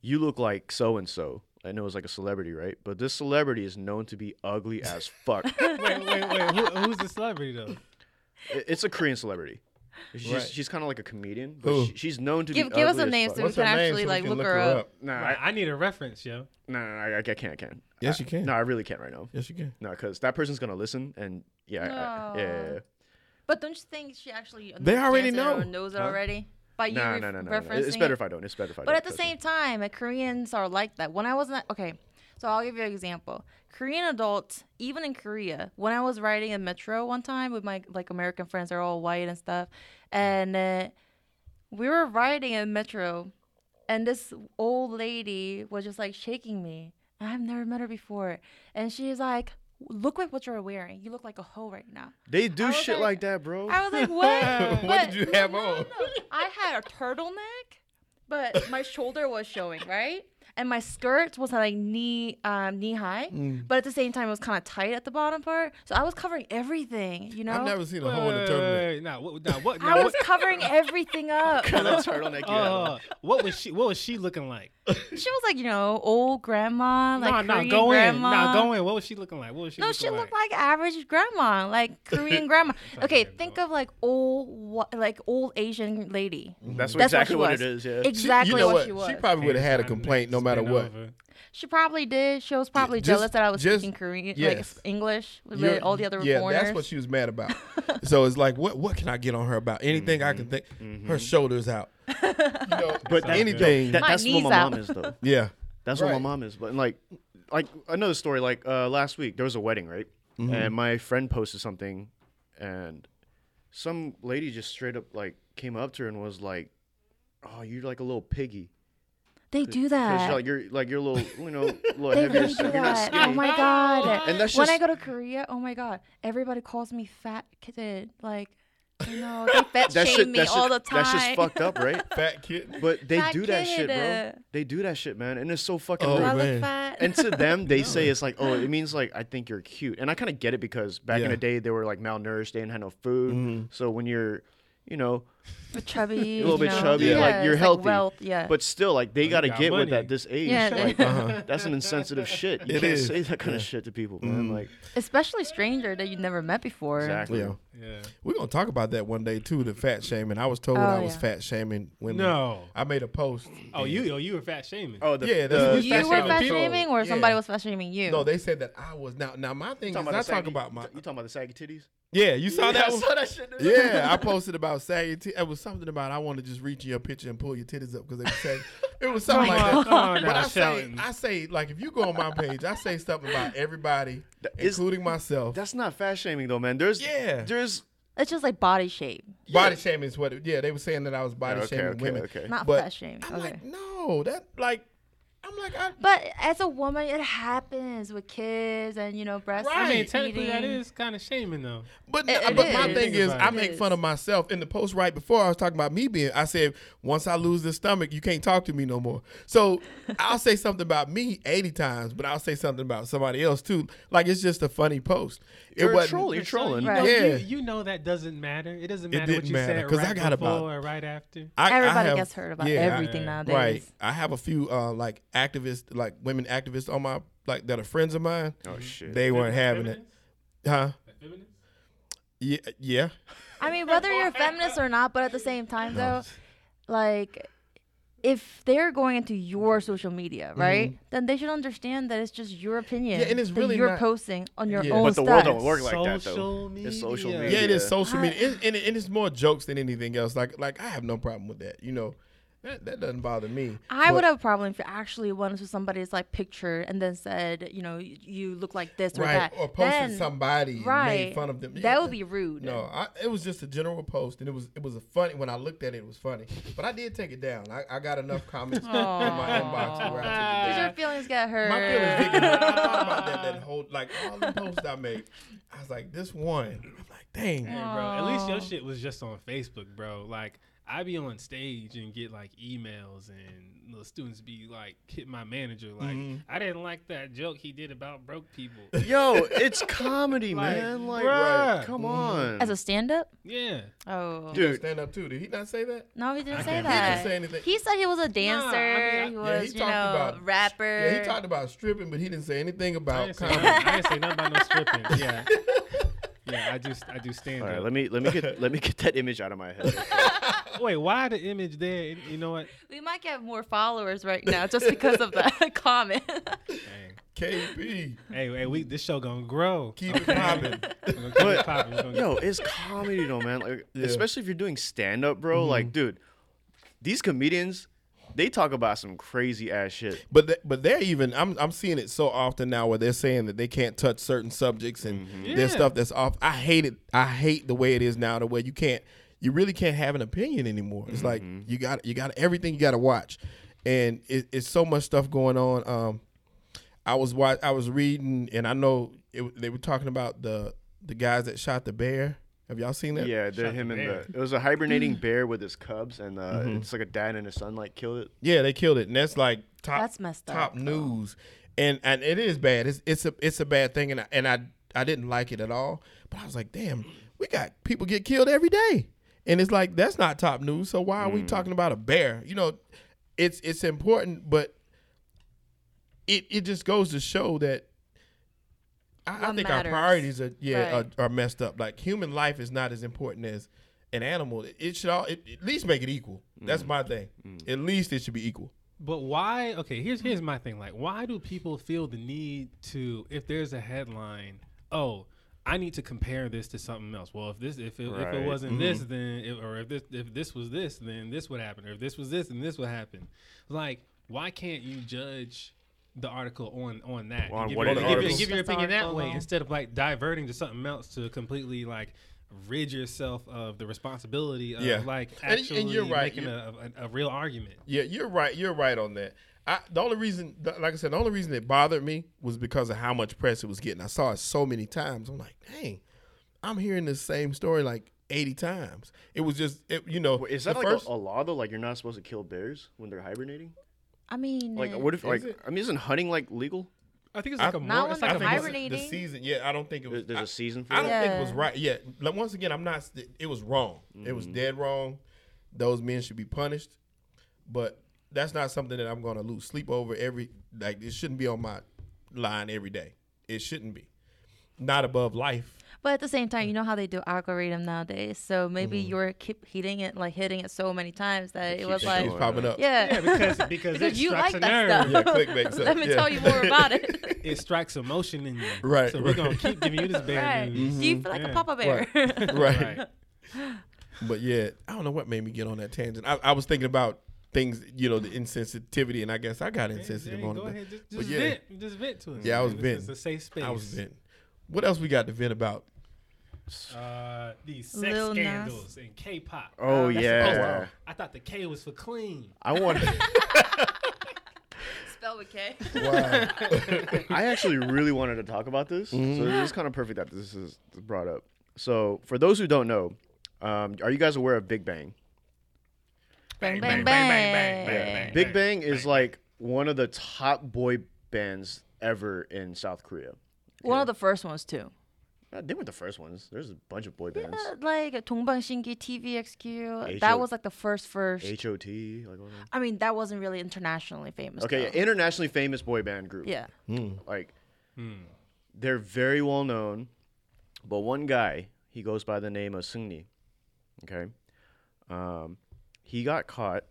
Speaker 2: you look like so and so. I know it's like a celebrity, right? But this celebrity is known to be ugly as fuck. I-
Speaker 4: wait, wait, wait. Who, who's the celebrity though?
Speaker 2: it's a Korean celebrity. She's,
Speaker 3: Right.
Speaker 2: she's kind of like a comedian, but
Speaker 3: Who?
Speaker 2: she, she's known to
Speaker 5: Give-
Speaker 2: be
Speaker 5: give us
Speaker 2: ugly
Speaker 5: a
Speaker 2: as
Speaker 5: name so
Speaker 2: fuck.
Speaker 5: we
Speaker 3: What's her
Speaker 5: can
Speaker 3: name
Speaker 5: actually,
Speaker 3: so we
Speaker 5: like,
Speaker 3: can
Speaker 5: look
Speaker 3: look
Speaker 5: her
Speaker 3: her
Speaker 5: up.
Speaker 3: up?
Speaker 2: Nah,
Speaker 4: Like,
Speaker 2: I,
Speaker 4: I need a reference, yo.
Speaker 2: nah, I, I can't, I can't.
Speaker 3: Yes, you can.
Speaker 2: No, I really can't right now.
Speaker 3: Yes, you can.
Speaker 2: No, because that person's gonna listen, and yeah, I- I- yeah, yeah, yeah.
Speaker 5: But don't you think she actually
Speaker 3: They already
Speaker 5: understands it or
Speaker 3: know.
Speaker 5: knows it already? By you
Speaker 2: No,
Speaker 5: ref-
Speaker 2: no, no, no, no, no.
Speaker 5: referencing
Speaker 2: It's better
Speaker 5: it?
Speaker 2: if I don't. It's better if I
Speaker 5: But
Speaker 2: don't.
Speaker 5: at the
Speaker 2: trust me.
Speaker 5: same time, uh, Koreans are like that. When I was not okay, so I'll give you an example. Korean adults, even in Korea, when I was riding in metro one time with my like American friends, they're all white and stuff, and uh, we were riding in metro, and this old lady was just like shaking me. And I've never met her before, and she's like, "Look at what you're wearing. You look like a hoe right now."
Speaker 2: They
Speaker 5: I
Speaker 2: do
Speaker 5: was
Speaker 2: shit
Speaker 5: like-
Speaker 2: like, that, bro.
Speaker 5: I was like, what?
Speaker 3: What
Speaker 5: But-
Speaker 3: did you have
Speaker 5: no, no,
Speaker 3: on?
Speaker 5: no. I had a turtleneck, but my shoulder was showing, right? And my skirt was like knee um, knee high, but at the same time it was kind of tight at the bottom part. So I was covering everything, you know.
Speaker 3: I've never seen a hole in a turtleneck.
Speaker 4: Nah, what? Nah, what? Nah,
Speaker 5: I was
Speaker 4: what?
Speaker 5: covering everything up.
Speaker 2: Kind of turtleneck you had on.
Speaker 4: Uh, what was she? What was she looking like?
Speaker 5: She was like, you know, old grandma, like
Speaker 4: nah, nah,
Speaker 5: Korean
Speaker 4: go in.
Speaker 5: grandma.
Speaker 4: Nah, go in. What was she looking like? What was she?
Speaker 5: No,
Speaker 4: looking
Speaker 5: she looked like average grandma, like Korean grandma. okay, think of like old, wha- like old Asian lady.
Speaker 2: That's
Speaker 5: That's
Speaker 2: exactly
Speaker 5: what, she
Speaker 2: it is.
Speaker 5: was.
Speaker 2: Yeah.
Speaker 3: She-
Speaker 5: Exactly
Speaker 3: you know
Speaker 5: what,
Speaker 3: what?
Speaker 5: she was.
Speaker 3: She probably would have had a complaint no matter
Speaker 4: Spin
Speaker 3: what.
Speaker 4: over.
Speaker 5: She probably did. She was probably
Speaker 3: just-
Speaker 5: jealous that I was
Speaker 3: just-
Speaker 5: speaking Korean, like
Speaker 3: yes.
Speaker 5: s- English with
Speaker 3: You're-
Speaker 5: all the other
Speaker 3: yeah,
Speaker 5: foreigners.
Speaker 3: that's what she was mad about. so it's like, what what can I get on her about? Anything I can think. Her shoulders out. You know,
Speaker 2: But that-
Speaker 3: anything.
Speaker 2: That,
Speaker 5: My
Speaker 2: that's what
Speaker 5: knees
Speaker 2: my
Speaker 5: out.
Speaker 2: mom is, though.
Speaker 3: yeah.
Speaker 2: That's what
Speaker 3: Right.
Speaker 2: my mom is. But like, like another story. Like uh, last week, there was a wedding, right?
Speaker 3: Mm-hmm.
Speaker 2: And my friend posted something, and some lady just straight up like came up to her and was like, "Oh, you're like a little piggy."
Speaker 5: they do
Speaker 2: 'Cause
Speaker 5: that.
Speaker 2: like you're like you're a little, you know, little
Speaker 5: they
Speaker 2: heavier.
Speaker 5: really
Speaker 2: so
Speaker 5: do
Speaker 2: you're not
Speaker 5: that.
Speaker 2: skinny."
Speaker 5: Oh my god!
Speaker 2: And that's
Speaker 5: when
Speaker 2: just
Speaker 5: I go to Korea, oh my god, everybody calls me fat kid. Like, you know, they fat
Speaker 2: that
Speaker 5: shame
Speaker 2: shit.
Speaker 5: me
Speaker 2: That shit.
Speaker 5: all the time.
Speaker 2: That's just fucked up, right?
Speaker 3: Fat kitten.
Speaker 2: But they
Speaker 5: Fat
Speaker 2: do that shit, bro.
Speaker 5: kid. uh,
Speaker 2: They do that shit, man, and it's so fucking
Speaker 3: Oh,
Speaker 2: rude.
Speaker 5: I
Speaker 3: man.
Speaker 5: look fat.
Speaker 2: and to them they say it's like oh it means like i think you're cute and i kind of get it because back in
Speaker 3: Yeah. Mm-hmm.
Speaker 2: the day they were like malnourished they didn't have no food so when you're you know
Speaker 5: But chubby,
Speaker 2: a little
Speaker 5: you
Speaker 2: bit
Speaker 5: know.
Speaker 2: chubby
Speaker 5: Yeah,
Speaker 2: like you're
Speaker 5: it's
Speaker 2: healthy
Speaker 5: wealth, yeah.
Speaker 2: but still like they gotta
Speaker 4: got
Speaker 2: get with
Speaker 4: money.
Speaker 2: that this age
Speaker 5: Yeah, they-
Speaker 2: like that's an insensitive shit you
Speaker 3: Uh-huh. It
Speaker 2: can't
Speaker 3: is. Mm-hmm.
Speaker 2: say that kind of shit to people man like
Speaker 5: especially stranger that you'd never met before.
Speaker 2: exactly
Speaker 3: Yeah.
Speaker 4: Yeah.
Speaker 3: We're gonna talk about that one day too, the fat shaming. I was told
Speaker 5: Oh,
Speaker 3: I was
Speaker 5: yeah.
Speaker 3: fat shaming when
Speaker 4: No.
Speaker 3: I made a post.
Speaker 4: Oh, you, oh, you were fat shaming.
Speaker 2: oh the,
Speaker 3: Yeah,
Speaker 2: the,
Speaker 3: that's-
Speaker 5: You were
Speaker 4: shaming
Speaker 5: fat
Speaker 4: people.
Speaker 5: shaming, or
Speaker 3: Yeah.
Speaker 5: somebody was fat shaming you.
Speaker 3: No, they said that I was now now my thing
Speaker 2: you
Speaker 3: is
Speaker 2: talking about
Speaker 3: I
Speaker 2: the saggy-
Speaker 3: talk about my
Speaker 2: you talking about the saggy titties
Speaker 3: Yeah, you saw that
Speaker 2: I
Speaker 3: one?
Speaker 2: saw that shit dude.
Speaker 3: Yeah, I posted about saggy titties. It was something about I want to just reach in your picture and pull your titties up because they were saggy. It was something like
Speaker 4: Come
Speaker 3: that.
Speaker 4: on
Speaker 3: But
Speaker 4: now,
Speaker 3: I say,
Speaker 4: shouting.
Speaker 3: I say, like if you go on my page, I say something about everybody,
Speaker 2: That is-
Speaker 3: including myself.
Speaker 2: that's not fat shaming though man there's
Speaker 3: Yeah.
Speaker 2: there's
Speaker 5: it's just like body shape,
Speaker 3: Body shaming is what. It, yeah, they were saying that I was body
Speaker 2: okay
Speaker 3: shaming
Speaker 2: okay
Speaker 3: women.
Speaker 2: okay
Speaker 5: not
Speaker 3: But
Speaker 5: fat shaming.
Speaker 3: I'm
Speaker 5: okay.
Speaker 3: like, no, that like, I'm like, I,
Speaker 5: But as a woman, it happens with kids and you know breast.
Speaker 4: I mean,
Speaker 5: milk
Speaker 4: technically, that
Speaker 5: feeding.
Speaker 4: is kind of shaming, though.
Speaker 3: But,
Speaker 5: It- it
Speaker 3: but my
Speaker 5: is.
Speaker 3: thing is,
Speaker 4: It
Speaker 3: I make
Speaker 5: is.
Speaker 3: fun of myself. In the post right before, I was talking about me being, I said, once I lose this stomach, you can't talk to me no more. So I'll say something about me 80 times, but I'll say something about somebody else too. Like it's just a funny post.
Speaker 2: you're a
Speaker 3: wasn't-
Speaker 2: troll you're trolling
Speaker 4: You know,
Speaker 5: Right.
Speaker 3: Yeah.
Speaker 4: you, you know that doesn't matter. It doesn't
Speaker 3: It
Speaker 4: matter what
Speaker 3: didn't
Speaker 4: you
Speaker 3: matter,
Speaker 4: said
Speaker 3: 'cause I
Speaker 4: right
Speaker 3: got
Speaker 4: before
Speaker 3: about-
Speaker 4: or right after.
Speaker 3: I- I
Speaker 5: Everybody
Speaker 3: have-
Speaker 5: gets hurt about
Speaker 3: yeah, I-
Speaker 5: everything nowadays.
Speaker 3: Right. I have a few uh, like activists, like women activists on my, like that are friends of mine.
Speaker 2: oh shit
Speaker 3: They weren't having it. Huh?
Speaker 4: Feminists?
Speaker 3: Yeah. Yeah.
Speaker 5: I mean, whether you're a feminist or not, but at the same time though, like if they're going into your social media, right? Then they should understand that it's just your opinion.
Speaker 3: Yeah, and it's
Speaker 5: that
Speaker 3: really
Speaker 5: you're
Speaker 3: not-
Speaker 5: posting on your
Speaker 3: Yeah.
Speaker 5: own
Speaker 3: But
Speaker 2: the world
Speaker 5: stuff.
Speaker 2: don't work like that though.
Speaker 4: Social
Speaker 2: It's social
Speaker 4: media.
Speaker 2: media.
Speaker 3: Yeah, it is social
Speaker 5: I-
Speaker 3: media, and, and, and it's more jokes than anything else. Like, like I have no problem with that. You know, that, that doesn't bother me.
Speaker 5: I would
Speaker 3: But-
Speaker 5: have a problem if it actually went to somebody's like picture and then said, you know, you, you look like this or
Speaker 3: right
Speaker 5: that.
Speaker 3: or posted
Speaker 5: Then-
Speaker 3: somebody and
Speaker 5: right,
Speaker 3: made fun of them.
Speaker 5: That would be rude.
Speaker 3: No, I, it was just a general post, and it was it was a funny. When I looked at it, it was funny, but I did take it down. I, I got enough comments in my inbox where I took it
Speaker 5: Did
Speaker 3: down.
Speaker 5: your feelings get hurt?
Speaker 3: My feelings did get hurt. I thought about that that whole like all the posts I made. I was like, this one. I'm like, dang.
Speaker 4: Hey, bro. At least your
Speaker 5: Aw.
Speaker 4: shit was just on Facebook, bro. Like I be on stage and get like emails and the students be like hit my manager like
Speaker 3: Mm-hmm.
Speaker 4: I didn't like that joke he did about broke people.
Speaker 2: Yo, it's comedy, man. Like,
Speaker 3: bruh.
Speaker 2: come on.
Speaker 5: As a stand up?
Speaker 4: yeah.
Speaker 5: Oh.
Speaker 2: Dude,
Speaker 3: Stand up too. Did he not say that?
Speaker 5: No, he didn't say
Speaker 4: can't-
Speaker 3: He
Speaker 5: that.
Speaker 3: didn't say anything.
Speaker 5: He said he was a dancer.
Speaker 4: I-
Speaker 5: he
Speaker 4: yeah,
Speaker 5: was,
Speaker 3: Yeah, he
Speaker 5: you
Speaker 3: talked
Speaker 5: know,
Speaker 3: about
Speaker 5: rapper.
Speaker 3: Yeah, he talked about stripping, but he didn't say anything
Speaker 4: I
Speaker 3: about
Speaker 4: didn't, say,
Speaker 3: comedy.
Speaker 4: I didn't say nothing about no stripping. Yeah. Yeah, I just I do stand
Speaker 2: all right.
Speaker 4: up.
Speaker 2: Let me let me get let me get that image out of my head.
Speaker 4: Wait, why the image there? You know what?
Speaker 5: we might get more followers right now just because of the comment.
Speaker 4: Dang.
Speaker 3: KP,
Speaker 4: Hey, hey, we this show gonna grow.
Speaker 3: keep it popping.
Speaker 4: We're gonna keep it popping. We're gonna get-
Speaker 2: Yo, it's comedy though, man. Like,
Speaker 3: Yeah. Mm-hmm.
Speaker 2: especially if you're doing stand up, bro. Like, dude, these comedians, they talk about some crazy ass shit.
Speaker 3: But th- but they're even I'm I'm seeing it so often now where they're saying that they can't touch certain subjects and there's
Speaker 4: Yeah.
Speaker 3: stuff that's off. I hate it. I hate the way it is now. The way you can't you really can't have an opinion anymore. It's like you got you got everything you got to watch, and it, it's so much stuff going on. Um, I was watch I was reading and I know it, they were talking about the the guys that shot the bear. Have y'all seen that?
Speaker 2: Yeah, they're him and
Speaker 4: bear.
Speaker 2: the. It was a hibernating bear with his cubs, and uh, it's like a dad and his son like killed it.
Speaker 3: Yeah, they killed it, and that's like top
Speaker 5: That's messed up,
Speaker 3: top news, and and it is bad. It's it's a it's a bad thing, and I, and I I didn't like it at all. But I was like, damn, we got people get killed every day, and it's like that's not top news. So why are we talking about a bear? You know, it's it's important, but it it just goes to show that. I, I
Speaker 5: What
Speaker 3: think
Speaker 5: matters.
Speaker 3: our priorities are yeah
Speaker 5: Right.
Speaker 3: are, are messed up. Like human life is not as important as an animal. It, it should all it, at least make it equal. That's
Speaker 2: Mm.
Speaker 3: my thing. At least it should be equal.
Speaker 4: But why? Okay, here's here's my thing. Like, why do people feel the need to, if there's a headline, oh, I need to compare this to something else. Well, if this, if it, if
Speaker 2: Right. Mm-hmm.
Speaker 4: it wasn't this, then if, or if this, if this was this, then this would happen. Or if this was this, then this would happen. Like, why can't you judge the article on on that?
Speaker 2: On
Speaker 4: and give,
Speaker 2: what
Speaker 4: your,
Speaker 2: the
Speaker 4: give your-
Speaker 2: article-
Speaker 4: give your
Speaker 5: Just the
Speaker 4: opinion that
Speaker 5: article
Speaker 4: way
Speaker 5: alone.
Speaker 4: instead of like diverting to something else to completely like rid yourself of the responsibility of
Speaker 3: Yeah.
Speaker 4: like
Speaker 3: And-
Speaker 4: actually
Speaker 3: and you're right.
Speaker 4: making
Speaker 3: You-
Speaker 4: a, a, a real argument.
Speaker 3: Yeah, you're right. You're right on that. I, the only reason, th- like I said, the only reason it bothered me was because of how much press it was getting. I saw it so many times. I'm like, dang, I'm hearing this same story like 80 times. It was just, it, you know,
Speaker 2: Wait, is that
Speaker 3: the
Speaker 2: like
Speaker 3: first-
Speaker 2: a, a law though? Like, you're not supposed to kill bears when they're hibernating?
Speaker 5: I mean,
Speaker 2: Like,
Speaker 5: uh,
Speaker 2: what if like
Speaker 3: it?
Speaker 2: I mean, isn't hunting like legal?
Speaker 4: I think it's
Speaker 3: I-
Speaker 4: like a
Speaker 3: Not
Speaker 4: more,
Speaker 5: when
Speaker 4: it's
Speaker 5: they're
Speaker 4: like a
Speaker 3: I think
Speaker 4: mor-
Speaker 3: it's
Speaker 5: hibernating?
Speaker 3: the season. Yeah, I don't think it was.
Speaker 2: There's, there's
Speaker 3: I-
Speaker 2: a season for
Speaker 3: I don't
Speaker 2: that.
Speaker 3: think it
Speaker 5: Yeah.
Speaker 3: was right. Yeah. Like, once again, I'm not. It was wrong. It
Speaker 4: Mm-hmm.
Speaker 3: was dead wrong. Those men should be punished. But that's not something that I'm going to lose sleep over every. Like it shouldn't be on my line every day. It shouldn't be. Not above life.
Speaker 5: But at the same time, you know how they do algorithm nowadays. So maybe you're keep hitting it, like hitting it so many times that it was
Speaker 2: keeps
Speaker 5: like,
Speaker 3: It's popping up.
Speaker 5: yeah,
Speaker 4: Yeah, because because, it
Speaker 5: because you
Speaker 4: strikes
Speaker 5: like
Speaker 4: a nerve.
Speaker 5: that
Speaker 3: Yeah,
Speaker 5: stuff.
Speaker 3: clickbait stuff,
Speaker 5: Let me
Speaker 3: yeah.
Speaker 5: tell you more about it.
Speaker 4: It strikes emotion in you.
Speaker 3: Right,
Speaker 4: So
Speaker 3: right. Mm-hmm.
Speaker 4: we're gonna keep giving you this bad
Speaker 5: right?
Speaker 4: news.
Speaker 5: Do you feel like
Speaker 4: Yeah.
Speaker 5: a Papa Bear?
Speaker 3: Right.
Speaker 4: Right.
Speaker 3: But yeah, I don't know what made me get on that tangent. I, I was thinking about things, you know, the insensitivity, and I guess I got insensitive
Speaker 4: Hey,
Speaker 3: on
Speaker 4: go
Speaker 3: it.
Speaker 4: ahead, just,
Speaker 3: but
Speaker 4: just
Speaker 3: yeah.
Speaker 4: vent, just vent to us.
Speaker 3: Yeah, I was
Speaker 4: This
Speaker 3: venting.
Speaker 4: is a safe space.
Speaker 3: I was venting. What else we got to vent about?
Speaker 4: Uh, these sex
Speaker 5: Lil Nas.
Speaker 4: scandals and K-pop.
Speaker 2: Oh,
Speaker 4: That's
Speaker 2: yeah.
Speaker 4: supposed to- I thought the K was for clean.
Speaker 2: I want.
Speaker 5: Spell with K.
Speaker 3: Wow.
Speaker 2: I actually really wanted to talk about this, so it's kind of perfect that this is brought up. So, for those who don't know, um, are you guys aware of Big Bang?
Speaker 5: Bang bang bang.
Speaker 2: Big Bang is like one of the top boy bands ever in South Korea.
Speaker 5: One of the first ones too.
Speaker 2: Uh, They weren't the first ones. There's a bunch of boy bands.
Speaker 5: Uh, like 동방 신기 TVXQ.
Speaker 2: H O-
Speaker 5: that was like the first first.
Speaker 2: HOT, like all of them.
Speaker 5: I mean, that wasn't really internationally famous.
Speaker 2: Okay,
Speaker 5: though.
Speaker 2: yeah, internationally famous boy band group.
Speaker 5: Yeah.
Speaker 2: Like they're very well known, but one guy, he goes by the name of Sungni. Okay, um, he got caught.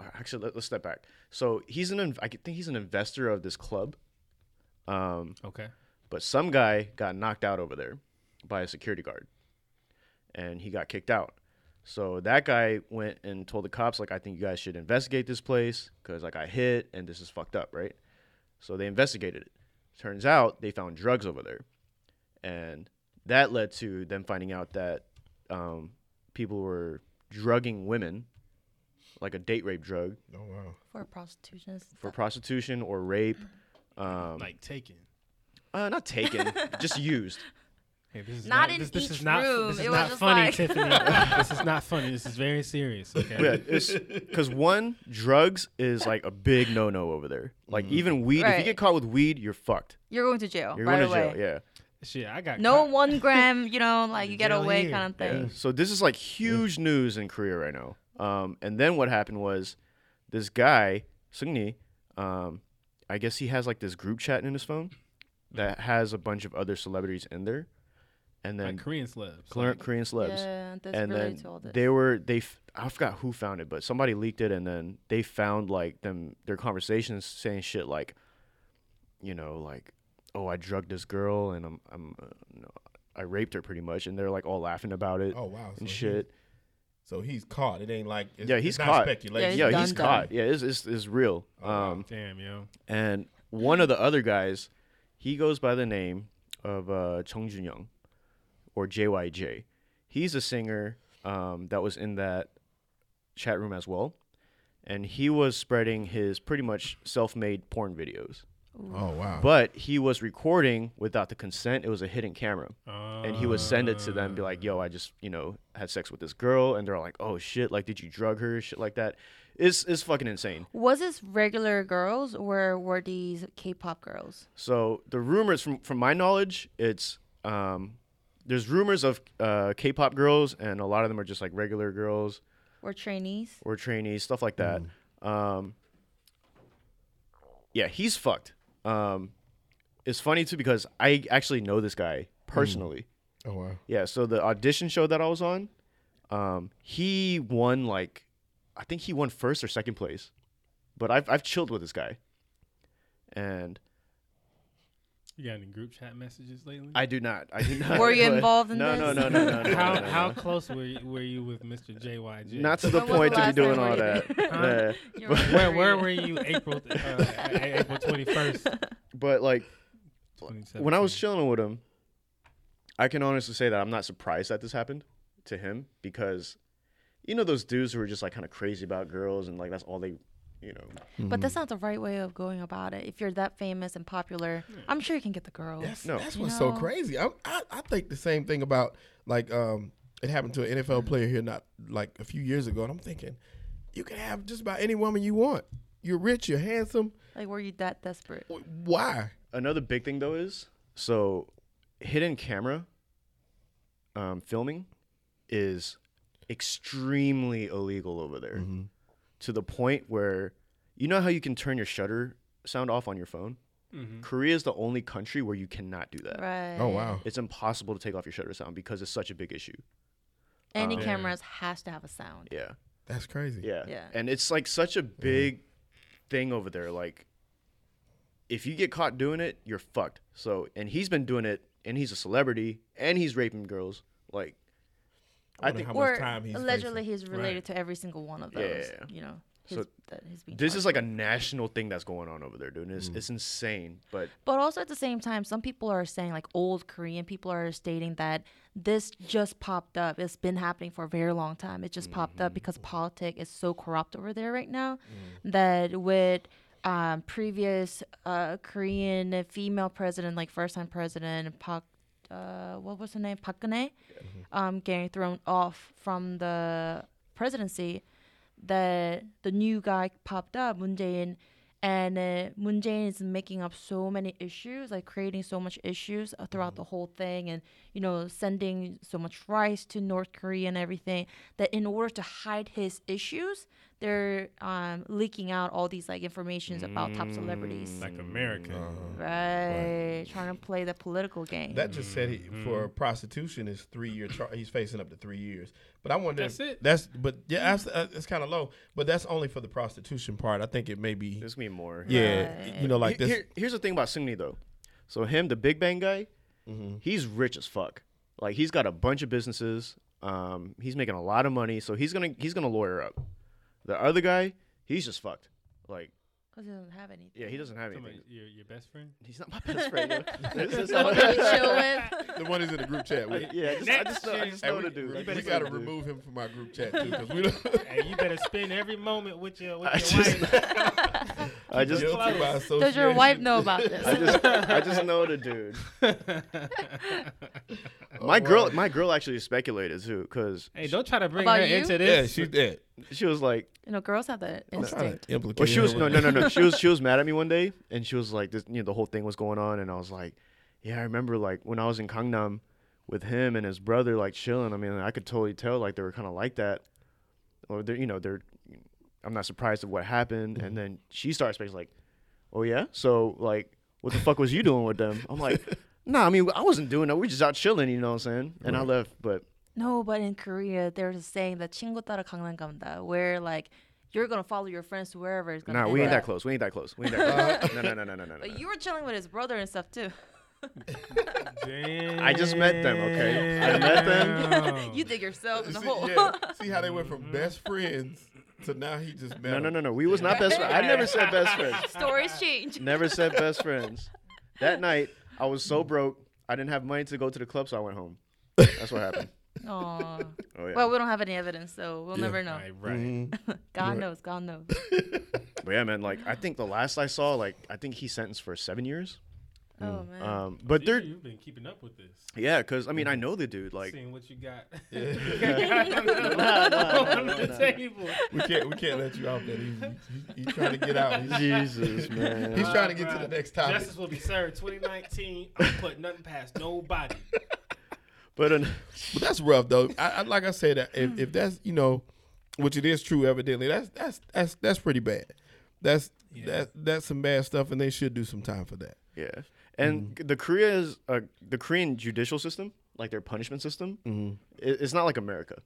Speaker 2: uh, Actually, let, us step back. So he's an inv- I could think he's an investor of this club, um,
Speaker 4: Okay.
Speaker 2: but some guy got knocked out over there by a security guard, and he got kicked out. So that guy went and told the cops, like, I think you guys should investigate this place because like I hit and this is fucked up, right? So they investigated it. Turns out they found drugs over there. And that led to them finding out that um, people were drugging women, like a date rape drug,
Speaker 3: oh wow.
Speaker 5: For prostitution. and
Speaker 2: for
Speaker 5: stuff.
Speaker 2: prostitution or rape. Um,
Speaker 4: like taken.
Speaker 2: uh, not taken, just used.
Speaker 4: Hey, this is
Speaker 5: Not
Speaker 4: not,
Speaker 5: in
Speaker 4: this, this
Speaker 5: each
Speaker 4: is not,
Speaker 5: room.
Speaker 4: This is
Speaker 5: It was
Speaker 4: not
Speaker 5: just
Speaker 4: funny,
Speaker 5: like-
Speaker 4: Tiffany. this is not funny. This is very serious. Okay.
Speaker 2: Yeah, it's because one, drugs is like a big no no over there. Like even weed, if you
Speaker 5: Right.
Speaker 2: get caught with weed, you're fucked.
Speaker 5: You're going to jail.
Speaker 2: You're
Speaker 5: right
Speaker 2: going to
Speaker 5: away.
Speaker 2: jail. Yeah.
Speaker 4: Shit, I got
Speaker 5: No
Speaker 4: caught.
Speaker 5: one gram, you know, like you get
Speaker 4: jail
Speaker 5: away
Speaker 4: here.
Speaker 5: kind of thing.
Speaker 2: Yeah. So this is like huge news in Korea right now. Um, and then what happened was this guy Sungni, um, I guess he has like this group chat in his phone that has a bunch of other celebrities in there, and then
Speaker 4: Like Korean celebs.
Speaker 2: Kore- Korean celebs.
Speaker 5: Yeah, this
Speaker 2: and
Speaker 5: really
Speaker 2: then
Speaker 5: told it.
Speaker 2: they were they f- I forgot who found it, but somebody leaked it, and then they found like them their conversations saying shit like, you know, like, oh, I drugged this girl and I'm I'm uh, no, I raped her pretty much, and they're like all laughing about it
Speaker 3: Oh wow.
Speaker 2: and
Speaker 3: he-
Speaker 2: shit.
Speaker 3: so he's caught. It ain't like it's,
Speaker 2: yeah,
Speaker 3: it's
Speaker 2: he's
Speaker 3: not
Speaker 2: caught.
Speaker 3: Speculation.
Speaker 2: Yeah,
Speaker 5: He's
Speaker 2: he's
Speaker 5: done, done.
Speaker 2: caught. Yeah, it's it's, it's real.
Speaker 3: Oh,
Speaker 2: Um,
Speaker 4: Damn, yo.
Speaker 2: and one of the other guys, he goes by the name of uh, Chung Jun Young, or JYJ. He's a singer um, that was in that chat room as well, and he was spreading his pretty much self-made porn videos.
Speaker 3: Oh wow.
Speaker 2: But he was recording without the consent. It was a hidden camera, and he would send it to them, be like, "Yo, I just you know had sex with this girl," and they're like, "Oh shit! Like, did you drug her? Shit like that." It's it's fucking insane.
Speaker 5: Was this regular girls or were these K-pop girls?
Speaker 2: So the rumors, from from my knowledge, it's um, there's rumors of uh, K-pop girls, and a lot of them are just like regular girls
Speaker 5: Or trainees?
Speaker 2: or trainees, stuff like that. Um, yeah, he's fucked. Um, it's funny too because I actually know this guy personally.
Speaker 3: oh wow.
Speaker 2: Yeah, so the audition show that I was on, um, he won like, I think he won first or second place, but I've I've chilled with this guy, and
Speaker 4: You got any group chat messages lately?
Speaker 2: I do not. I do not.
Speaker 5: Were you
Speaker 2: but-
Speaker 5: involved in
Speaker 2: no,
Speaker 5: this?
Speaker 2: No, no, no, no, no.
Speaker 4: how
Speaker 2: no, no,
Speaker 4: how
Speaker 2: no.
Speaker 4: close were you, were you with Mr. JYJ?
Speaker 2: Not to the
Speaker 5: When was the
Speaker 2: point to be
Speaker 5: last
Speaker 2: doing
Speaker 5: time
Speaker 2: all
Speaker 5: where you
Speaker 2: that.
Speaker 5: did-
Speaker 2: Yeah.
Speaker 5: You
Speaker 2: But-
Speaker 5: were
Speaker 4: Where where
Speaker 5: married.
Speaker 4: were you April th- uh, a- April twenty first?
Speaker 2: But like when I was chilling with him, I can honestly say that I'm not surprised that this happened to him because, you know, those dudes who are just like kind of crazy about girls and like that's all they, you know.
Speaker 5: But
Speaker 4: Hmm.
Speaker 5: that's not the right way of going about it. If you're that famous and popular, I'm sure you can get the girls.
Speaker 3: That's,
Speaker 2: No.
Speaker 3: that's what's so
Speaker 5: No.
Speaker 3: crazy. I, I I think the same thing about like um it happened to an NFL player here not like a few years ago, and I'm thinking you can have just about any woman you want. You're rich, you're handsome.
Speaker 5: Like, were you that desperate?
Speaker 3: W- Why?
Speaker 2: Another big thing though is so hidden camera um, filming is extremely illegal over there to the point where you know how you can turn your shutter sound off on your phone korea is the only country where you cannot do that
Speaker 5: Right.
Speaker 3: Oh wow.
Speaker 2: it's impossible to take off your shutter sound because it's such a big issue
Speaker 5: Any cameras has to have a sound.
Speaker 2: yeah
Speaker 3: That's crazy.
Speaker 2: yeah
Speaker 5: Yeah.
Speaker 2: and it's like such a
Speaker 3: Mm-hmm.
Speaker 2: big thing over there like if you get caught doing it you're fucked so and he's been doing it and he's a celebrity and he's raping girls like
Speaker 3: I,
Speaker 2: I
Speaker 3: wonder
Speaker 2: think-
Speaker 3: how
Speaker 5: Or
Speaker 3: much time he's
Speaker 5: allegedly,
Speaker 3: facing.
Speaker 5: he's related to every single one of those.
Speaker 2: Yeah.
Speaker 5: You know, his,
Speaker 2: So
Speaker 5: that he's being
Speaker 2: this
Speaker 5: charged
Speaker 2: is like
Speaker 5: with.
Speaker 2: a national thing that's going on over there dude and it's,
Speaker 3: Mm.
Speaker 2: it's insane but
Speaker 5: But also at the same time, some people are saying, like old Korean people are stating that this just popped up. It's been happening for a very long time. It just popped
Speaker 3: Mm-hmm.
Speaker 5: up because politic is so corrupt over there right now
Speaker 3: Mm.
Speaker 5: that with um, previous uh, Korean female president, like first time president Park, uh, what was her name, Park Geun-hye,
Speaker 3: Mm-hmm.
Speaker 5: um, getting thrown off from the presidency that the new guy popped up, Moon Jae-in, and uh, Moon Jae-in is making up so many issues, like creating so much issues uh, throughout the whole thing, and you know, sending so much rice to North Korea and everything. That in order to hide his issues, they're um, leaking out all these like informations about top celebrities,
Speaker 4: Mm, like America.
Speaker 2: Mm,
Speaker 5: right? Trying to play the political game.
Speaker 3: That just said he, for prostitution is three year. Char- he's facing up to three years. But I wonder.
Speaker 4: That's it?
Speaker 3: That's but yeah, that's, uh, it's kind of low. But that's only for the prostitution part. I think it may be.
Speaker 2: there's gonna be more
Speaker 3: Yeah, you know, like
Speaker 2: Here-
Speaker 3: this.
Speaker 2: here- here's the thing about Sungni though. So him, the Big Bang guy,
Speaker 3: Mm-hmm.
Speaker 2: he's rich as fuck. Like he's got a bunch of businesses. Um, he's making a lot of money, so he's gonna he's gonna lawyer up. The other guy, he's just fucked. Like,
Speaker 5: Because he doesn't have anything.
Speaker 2: yeah, he doesn't have
Speaker 4: Somebody-
Speaker 2: anything.
Speaker 4: your, your best friend.
Speaker 2: He's not my best friend. yo. This is not-
Speaker 5: Somebody to chill with.
Speaker 3: the one is in the group chat. We,
Speaker 2: yeah, I just, I just, know- I just know what to do.
Speaker 3: we,
Speaker 2: You better
Speaker 3: we
Speaker 2: know
Speaker 3: gotta
Speaker 2: what to do.
Speaker 3: remove him from our group chat too because we don't.
Speaker 4: Hey, you better spend every moment with your with your
Speaker 2: just-
Speaker 4: wife.
Speaker 2: I just,
Speaker 3: Guilty by
Speaker 5: Does your wife
Speaker 3: association.
Speaker 5: know about this?
Speaker 2: I just, I just know the dude. My girl, my girl actually speculated too, cause
Speaker 4: Hey, don't try to bring
Speaker 5: About
Speaker 4: her
Speaker 5: you?
Speaker 4: into
Speaker 3: Yeah,
Speaker 4: this.
Speaker 3: she did.
Speaker 2: she was like,
Speaker 5: you know, girls have that
Speaker 3: I'm trying
Speaker 5: instinct.
Speaker 3: to implicate.
Speaker 2: Well, she
Speaker 3: her
Speaker 2: was
Speaker 3: with
Speaker 2: no,
Speaker 3: it.
Speaker 2: no, no, no. She was she was mad at me one day, and she was like, "This, you know, the whole thing was going on," and I was like, "Yeah, I remember like when I was in Gangnam with him and his brother, like chilling. I mean, I could totally tell like they were kind of like that, or they're, you know, they're. I'm not surprised at what happened, and then she started speculating like, "Oh yeah, so like, what the fuck was you doing with them?" I'm like, "Nah, I mean, I wasn't doing that. We were just out chilling, you know what I'm saying?" And I left, but
Speaker 5: No, but in Korea, there's a saying that 친구 따라 강남 간다, where like you're gonna follow your friends to wherever it's gonna.
Speaker 2: nah,
Speaker 5: end
Speaker 2: we ain't
Speaker 5: up.
Speaker 2: that close. We ain't that close. We ain't that close. no, no, no, no, no, no, no.
Speaker 5: But you were chilling with his brother and stuff too.
Speaker 4: Damn.
Speaker 2: I just met them, okay? I met them.
Speaker 5: you dig yourself in the
Speaker 3: See,
Speaker 5: hole.
Speaker 3: yeah, see how they went from best friends to now he just
Speaker 2: Mm-hmm.
Speaker 3: met
Speaker 2: No, no,
Speaker 3: him.
Speaker 2: no, no. We was not best friends. I never said best friends.
Speaker 5: Stories change.
Speaker 2: Never said best friends. That night, I was so broke, I didn't have money to go to the club, so I went home. That's what happened.
Speaker 5: Aw.
Speaker 2: Oh yeah.
Speaker 5: Well, we don't have any evidence, so we'll never know.
Speaker 4: Right, right.
Speaker 2: Mm-hmm.
Speaker 5: God knows. God knows.
Speaker 2: but yeah, man. Like I think the last I saw, like I think he sentenced for seven years.
Speaker 5: oh man.
Speaker 2: Um, but they're
Speaker 4: You've been keeping up with this,
Speaker 2: yeah, because I mean I know the dude. Like
Speaker 4: seeing what you got on the table.
Speaker 3: We can't we can't let you out that easy. He's trying to get out. He's,
Speaker 2: Jesus, man.
Speaker 3: he's trying to get to the next topic.
Speaker 4: Justice will be served 2019. I'm putting nothing past nobody.
Speaker 2: But an-
Speaker 3: But that's rough though. I, I like I said, if, if that's you know, which it is true evidently, that's that's that's that's pretty bad. That's that that's some bad stuff, and they should do some time for that.
Speaker 2: yeah, and
Speaker 4: Mm-hmm.
Speaker 2: the Korea is uh, the Korean judicial system, like their punishment system.
Speaker 4: Mm-hmm.
Speaker 2: i- it's not like America,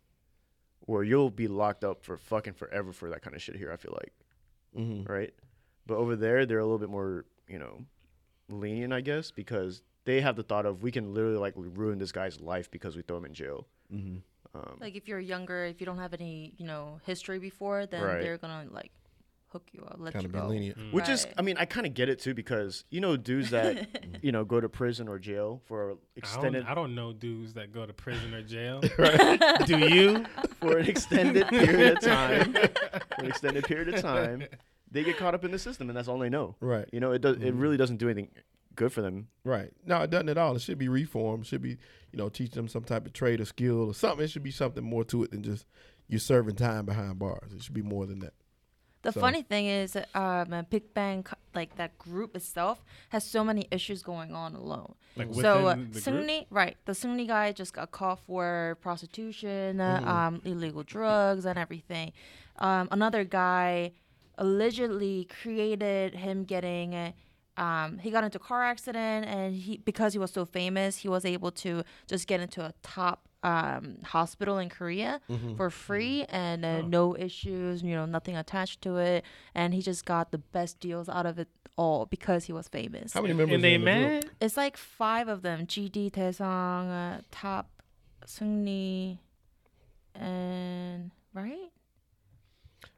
Speaker 2: where you'll be locked up for fucking forever for that kind of shit. Here, I feel like.
Speaker 3: Mm-hmm.
Speaker 2: right? But over there, they're a little bit more, you know, lenient, I guess, because they have the thought of we can literally like ruin this guy's life because we throw him in jail.
Speaker 5: like if you're younger, if you don't have any, you know, history before, then
Speaker 2: Right.
Speaker 5: they're gonna like hook you up, let
Speaker 3: Kind
Speaker 5: you
Speaker 3: of be
Speaker 4: Oh.
Speaker 5: go.
Speaker 3: lenient.
Speaker 4: Mm.
Speaker 2: Which is,
Speaker 5: Right.
Speaker 2: I mean, I kind of get it too because you know dudes that you know go to prison or jail for
Speaker 4: I don't,
Speaker 2: extended
Speaker 4: I don't know dudes that go to prison or jail. Do you?
Speaker 2: for an extended period of time, for an extended period of time, they get caught up in the system and that's all they know.
Speaker 3: Right. Mm-hmm.
Speaker 2: You know, it does. It really doesn't do anything good for them.
Speaker 3: Right. No, it doesn't at all. It should be reform. It should be, you know, teach them some type of trade or skill or something. It should be something more to it than just you serving time behind bars. It should be more than that.
Speaker 5: The
Speaker 3: So-
Speaker 5: funny thing is, um, uh, Big Bang, co- like that group itself, has so many issues going on alone.
Speaker 4: Like
Speaker 5: so uh,
Speaker 4: within the group?
Speaker 5: Sungni, right? The Sungni guy just got caught for prostitution, uh,
Speaker 4: Mm-hmm.
Speaker 5: um, illegal drugs, and everything. Um, another guy allegedly created him getting. uh, Um, he got into a car accident, and he because he was so famous, he was able to just get into a top um, hospital in Korea for free and uh, no issues, you know, nothing attached to it, and he just got the best deals out of it all because he was famous.
Speaker 3: How many members?
Speaker 4: And
Speaker 3: are
Speaker 4: they
Speaker 3: in the group?
Speaker 4: mad?
Speaker 5: It's like five of them: GD, Taesung, uh, Top, Sungni, and right.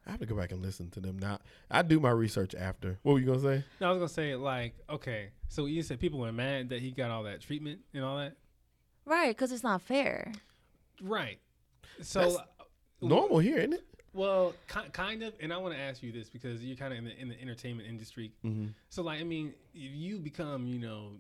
Speaker 3: I have to go back and listen to them now. I do my research after. What were you gonna say?
Speaker 4: No, I was gonna say like, okay, so you said people were mad that he got all that treatment and all that,
Speaker 5: Right, because it's not fair.
Speaker 4: right? So, uh,
Speaker 3: That's- Normal here, isn't it?
Speaker 4: well, ki- kind of, and I want to ask you this because you're kind of in the, in the entertainment industry.
Speaker 3: Mm-hmm.
Speaker 4: So, like, I mean, if you become, you know,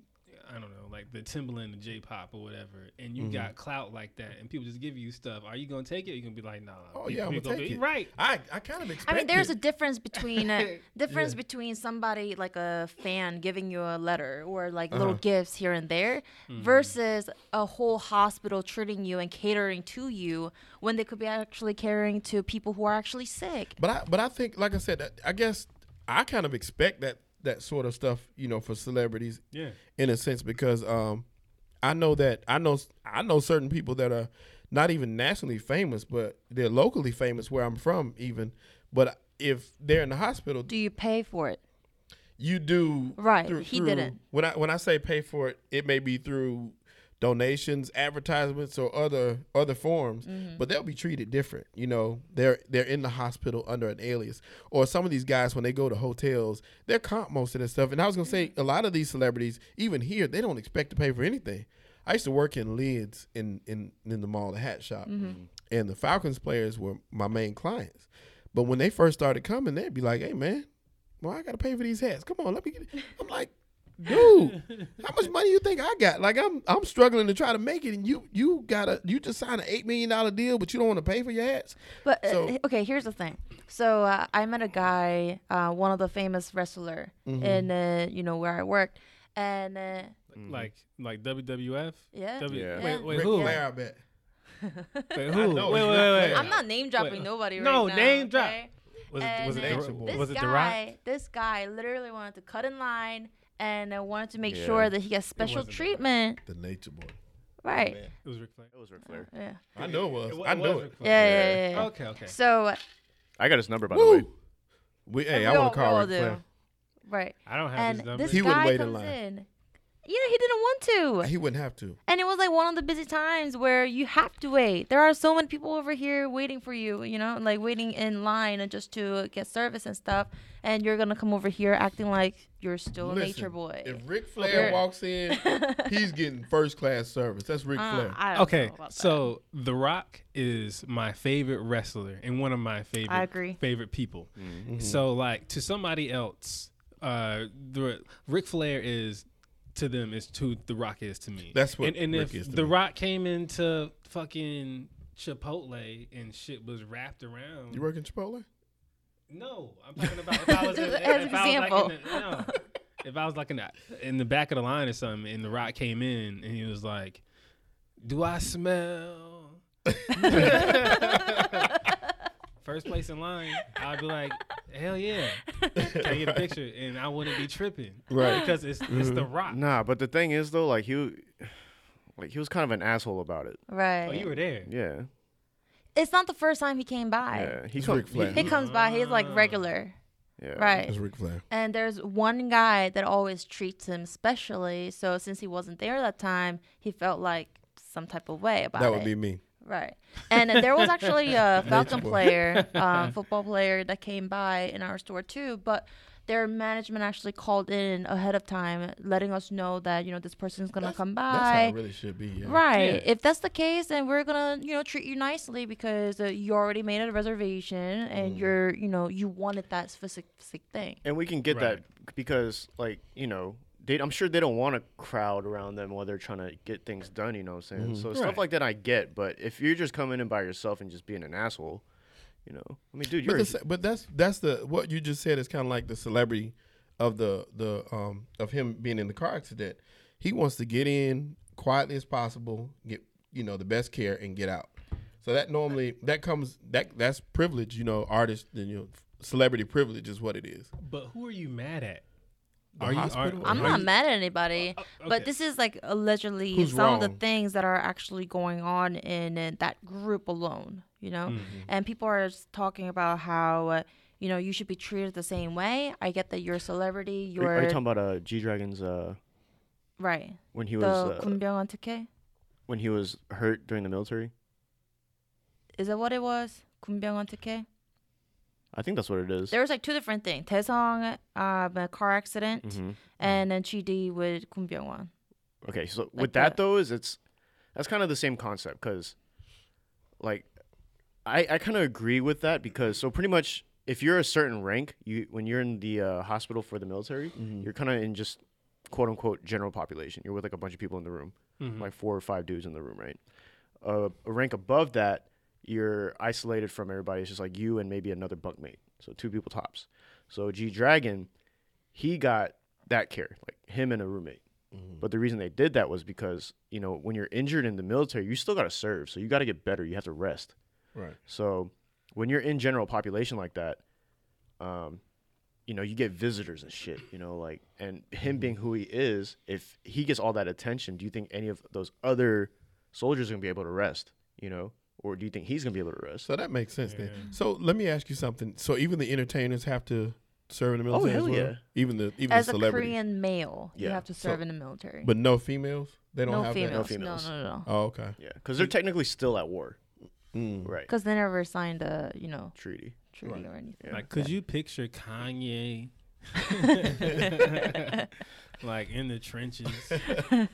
Speaker 4: I don't know, like the Timbaland, the J-pop, or whatever, and you
Speaker 3: Mm-hmm.
Speaker 4: got clout like that, and people just give you stuff, are you gonna take it? Or you gonna be like, nah.
Speaker 3: Oh
Speaker 4: we-
Speaker 3: yeah, I'm
Speaker 4: we
Speaker 3: gonna take
Speaker 4: be-
Speaker 3: it.
Speaker 4: Right.
Speaker 3: I, I kind of expect.
Speaker 5: I mean, there's a
Speaker 3: it.
Speaker 5: difference between uh, difference between somebody like a fan giving you a letter or like
Speaker 4: Uh-huh.
Speaker 5: little gifts here and there,
Speaker 4: Hmm.
Speaker 5: versus a whole hospital treating you and catering to you when they could be actually caring to people who are actually sick.
Speaker 3: But I but I think like I said, that- I guess I kind of expect that that sort of stuff, you know, for celebrities.
Speaker 4: Yeah.
Speaker 3: In a sense, because um, I know that I know I know certain people that are not even nationally famous, but they're locally famous where I'm from, even. But if they're in the hospital,
Speaker 5: Do you pay for it?
Speaker 3: you do
Speaker 5: Right, he didn't.
Speaker 3: When I when I say pay for it, it may be through donations, advertisements, or other other forms,
Speaker 5: Mm-hmm.
Speaker 3: but they'll be treated different. You know, they're they're in the hospital under an alias, or some of these guys when they go to hotels, they're comp most of this stuff. And I was gonna say
Speaker 5: Mm-hmm.
Speaker 3: a lot of these celebrities, even here, they don't expect to pay for anything. I used to work in Lids in in in the mall, the hat shop,
Speaker 5: Mm-hmm.
Speaker 3: and the Falcons players were my main clients. But when they first started coming, they'd be like, "Hey man, well, I gotta pay for these hats. Come on, let me get. It. I'm like, dude, how much money you think I got? Like, I'm I'm struggling to try to make it, and you you gotta you just signed an eight million dollar deal, but you don't want to pay for your hats.
Speaker 5: But uh,
Speaker 3: So-
Speaker 5: okay, here's the thing. So uh, I met a guy, uh, one of the famous wrestler,
Speaker 4: Mm-hmm.
Speaker 5: in uh, you know where I worked, and uh,
Speaker 4: Like like WWF.
Speaker 5: yeah,
Speaker 4: W-
Speaker 2: Yeah.
Speaker 4: Wait, wait,
Speaker 3: Ric
Speaker 4: who?
Speaker 3: Flair, I bet.
Speaker 4: Wait, who?
Speaker 3: know
Speaker 4: Wait,
Speaker 3: he's
Speaker 4: wait,
Speaker 3: not
Speaker 4: wait.
Speaker 3: playing.
Speaker 5: I'm not name dropping
Speaker 4: Wait,
Speaker 5: nobody
Speaker 4: no,
Speaker 5: right now.
Speaker 4: name drop.
Speaker 5: okay?
Speaker 4: Was it was it
Speaker 5: And,
Speaker 4: the,
Speaker 3: uh,
Speaker 4: was
Speaker 5: This
Speaker 4: it the
Speaker 5: guy,
Speaker 4: Rock?
Speaker 5: this guy, literally wanted to cut in line and uh, wanted to make
Speaker 2: Yeah.
Speaker 5: sure that he got special
Speaker 4: wasn't The Rock.
Speaker 5: treatment,
Speaker 3: The Nature Boy.
Speaker 5: right?
Speaker 3: Man.
Speaker 4: It was Ric Flair.
Speaker 2: That was Ric Flair.
Speaker 5: Yeah.
Speaker 3: I know it was.
Speaker 4: It wa-
Speaker 3: I
Speaker 4: it was
Speaker 3: know
Speaker 4: Ric
Speaker 3: it.
Speaker 4: Flair.
Speaker 5: Yeah, yeah, yeah. yeah.
Speaker 4: Okay, okay.
Speaker 5: So
Speaker 2: I got his number by the way.
Speaker 3: Woo. We hey, I
Speaker 5: we
Speaker 3: want
Speaker 5: all-
Speaker 3: to
Speaker 5: we all
Speaker 3: call Ric
Speaker 5: do.
Speaker 3: Flair.
Speaker 5: right,
Speaker 4: I don't have his
Speaker 5: and
Speaker 4: number.
Speaker 5: this
Speaker 3: He wouldn't
Speaker 5: guy
Speaker 3: wait in
Speaker 5: comes
Speaker 3: line.
Speaker 5: in. Yeah, he didn't want to.
Speaker 3: He wouldn't have to.
Speaker 5: And it was like one of the busy times where you have to wait. There are so many people over here waiting for you, you know, like waiting in line and just to get service and stuff. And you're gonna come over here acting like you're still a nature
Speaker 3: Listen,
Speaker 5: boy.
Speaker 3: If Ric Flair
Speaker 5: Okay.
Speaker 3: walks in, he's getting first class service. That's Ric
Speaker 5: Uh,
Speaker 3: Flair.
Speaker 5: I don't
Speaker 4: okay,
Speaker 5: know about that.
Speaker 4: so The Rock is my favorite wrestler and one of my favorite
Speaker 5: agree.
Speaker 4: favorite people.
Speaker 3: Mm-hmm.
Speaker 4: So like to somebody else, uh, the Ric Flair is to them is to The Rock is to me.
Speaker 3: That's what
Speaker 4: And, and
Speaker 3: Rick
Speaker 4: if
Speaker 3: is to
Speaker 4: The
Speaker 3: me.
Speaker 4: Rock came into fucking Chipotle and shit was wrapped around,
Speaker 3: You working Chipotle?
Speaker 4: no, I'm talking about if I was,
Speaker 5: Just
Speaker 4: if,
Speaker 5: as
Speaker 4: if I was
Speaker 5: example.
Speaker 4: like in the, no, if I was like in the, in the back of the line or something, and The Rock came in and he was like, "Do I smell?" First place in line, I'd be like, "Hell yeah!" Can I get a picture? And I wouldn't be tripping,
Speaker 3: Right.
Speaker 4: Because it's it's The Rock.
Speaker 2: Mm-hmm. Nah, but the thing is though, like he, like he was kind of an asshole about it.
Speaker 5: right,
Speaker 4: Oh, you were there.
Speaker 2: Yeah,
Speaker 5: it's not the first time he came by.
Speaker 2: yeah. He
Speaker 3: It's
Speaker 2: come-
Speaker 3: Ric Flair.
Speaker 5: He comes by, he's like regular,
Speaker 2: yeah.
Speaker 5: right?
Speaker 3: That's Ric Flair.
Speaker 5: And there's one guy that always treats him specially. So since he wasn't there that time, he felt like some type of way about
Speaker 3: That
Speaker 5: it.
Speaker 3: would be me.
Speaker 5: Right. And there was actually a Falcon
Speaker 3: boy.
Speaker 5: player, um, football player that came by in our store too, but their management actually called in ahead of time, letting us know that, you know, this person's going to come
Speaker 3: That's how
Speaker 5: by.
Speaker 3: it really should be. Yeah.
Speaker 5: Right.
Speaker 4: Yeah.
Speaker 5: If that's the case, then we're gonna, you know, treat you nicely because uh, you already made a reservation and
Speaker 2: Mm-hmm.
Speaker 5: you're, you know, you wanted that specific thing.
Speaker 2: And we can get
Speaker 4: Right.
Speaker 2: that because, like, you know, they, I'm sure they don't want a crowd around them while they're trying to get things done. You know what I'm saying?
Speaker 3: Mm-hmm.
Speaker 2: So stuff
Speaker 4: Right.
Speaker 2: like that I get. But if you're just coming in by yourself and just being an asshole, you know, I mean, dude,
Speaker 3: But,
Speaker 2: you're.
Speaker 3: the, ce- but that's that's the what you just said is kind of like the celebrity of the the um of him being in the car accident. He wants to get in quietly as possible, get you know the best care, and get out. So that normally that comes that that's privilege, you know, artist and you know, celebrity privilege is what it is.
Speaker 4: But who are you mad at?
Speaker 3: hospital?
Speaker 5: I'm
Speaker 4: are
Speaker 5: not
Speaker 4: you-
Speaker 5: mad at anybody,
Speaker 4: okay.
Speaker 5: but this is like allegedly
Speaker 3: Who's
Speaker 5: some of the
Speaker 3: wrong?
Speaker 5: things that are actually going on in, uh, that group alone, you know?
Speaker 2: Mm-hmm.
Speaker 5: And people are s- talking about how, uh, you know, you should be treated the same way. I get that you're a celebrity,
Speaker 2: are,
Speaker 5: you're.
Speaker 2: are you talking about uh, G Dragon's uh,
Speaker 5: right.
Speaker 2: when he
Speaker 5: The
Speaker 2: was uh,
Speaker 5: Kim Byung-un 특혜?
Speaker 2: when he was hurt during the military?
Speaker 5: Is that what it was? Kim Byung-un 특혜?
Speaker 2: I think that's what it is.
Speaker 5: There was like two different things. Taesong, um, a car accident,
Speaker 3: Mm-hmm.
Speaker 2: Mhm.
Speaker 5: and then Chi D with Kim Byung-un.
Speaker 2: Okay, so
Speaker 5: Like
Speaker 2: with that,
Speaker 5: that.
Speaker 2: though, is it's that's kind of the same concept because, like, I I kind of agree with that because so pretty much if you're a certain rank, you when you're in the uh, hospital for the military, you're kind of in just quote unquote general population. You're with like a bunch of people in the room, like four or five dudes in the room, right? Uh, a rank above that, you're isolated from everybody. It's just like you and maybe another bunkmate, so two people tops. So G Dragon, he got that care, like him and a roommate.
Speaker 3: Mm-hmm.
Speaker 2: But the reason they did that was because, you know, when you're injured in the military, you still got to serve. So you got to get better. You have to rest.
Speaker 3: Right.
Speaker 2: So when you're in general population like that, um, you know, you get visitors and shit, you know, like, and
Speaker 3: Mm-hmm.
Speaker 2: him being who he is, if he gets all that attention, do you think any of those other soldiers are going to be able to rest, you know? Or do you think he's going to be able to rest?
Speaker 3: So that makes sense then. So let me ask you something. So even the entertainers have to serve in the
Speaker 2: Oh,
Speaker 3: military
Speaker 2: hell
Speaker 3: as well.
Speaker 2: yeah.
Speaker 3: Even the even
Speaker 5: As
Speaker 3: the
Speaker 5: a
Speaker 3: celebrity,
Speaker 5: Korean male, you
Speaker 2: Yeah.
Speaker 5: have to serve in the military.
Speaker 3: but no females. They don't
Speaker 5: no
Speaker 3: have
Speaker 5: females.
Speaker 3: that.
Speaker 2: females.
Speaker 5: No, no, no.
Speaker 3: Oh, okay.
Speaker 2: Yeah. Because they're technically still at war.
Speaker 3: Mm.
Speaker 2: Right.
Speaker 5: Because they never signed a, you know,
Speaker 2: Treaty.
Speaker 5: treaty
Speaker 3: Right.
Speaker 5: or anything.
Speaker 4: Like, could you picture Kanye, like in the trenches?
Speaker 3: That'd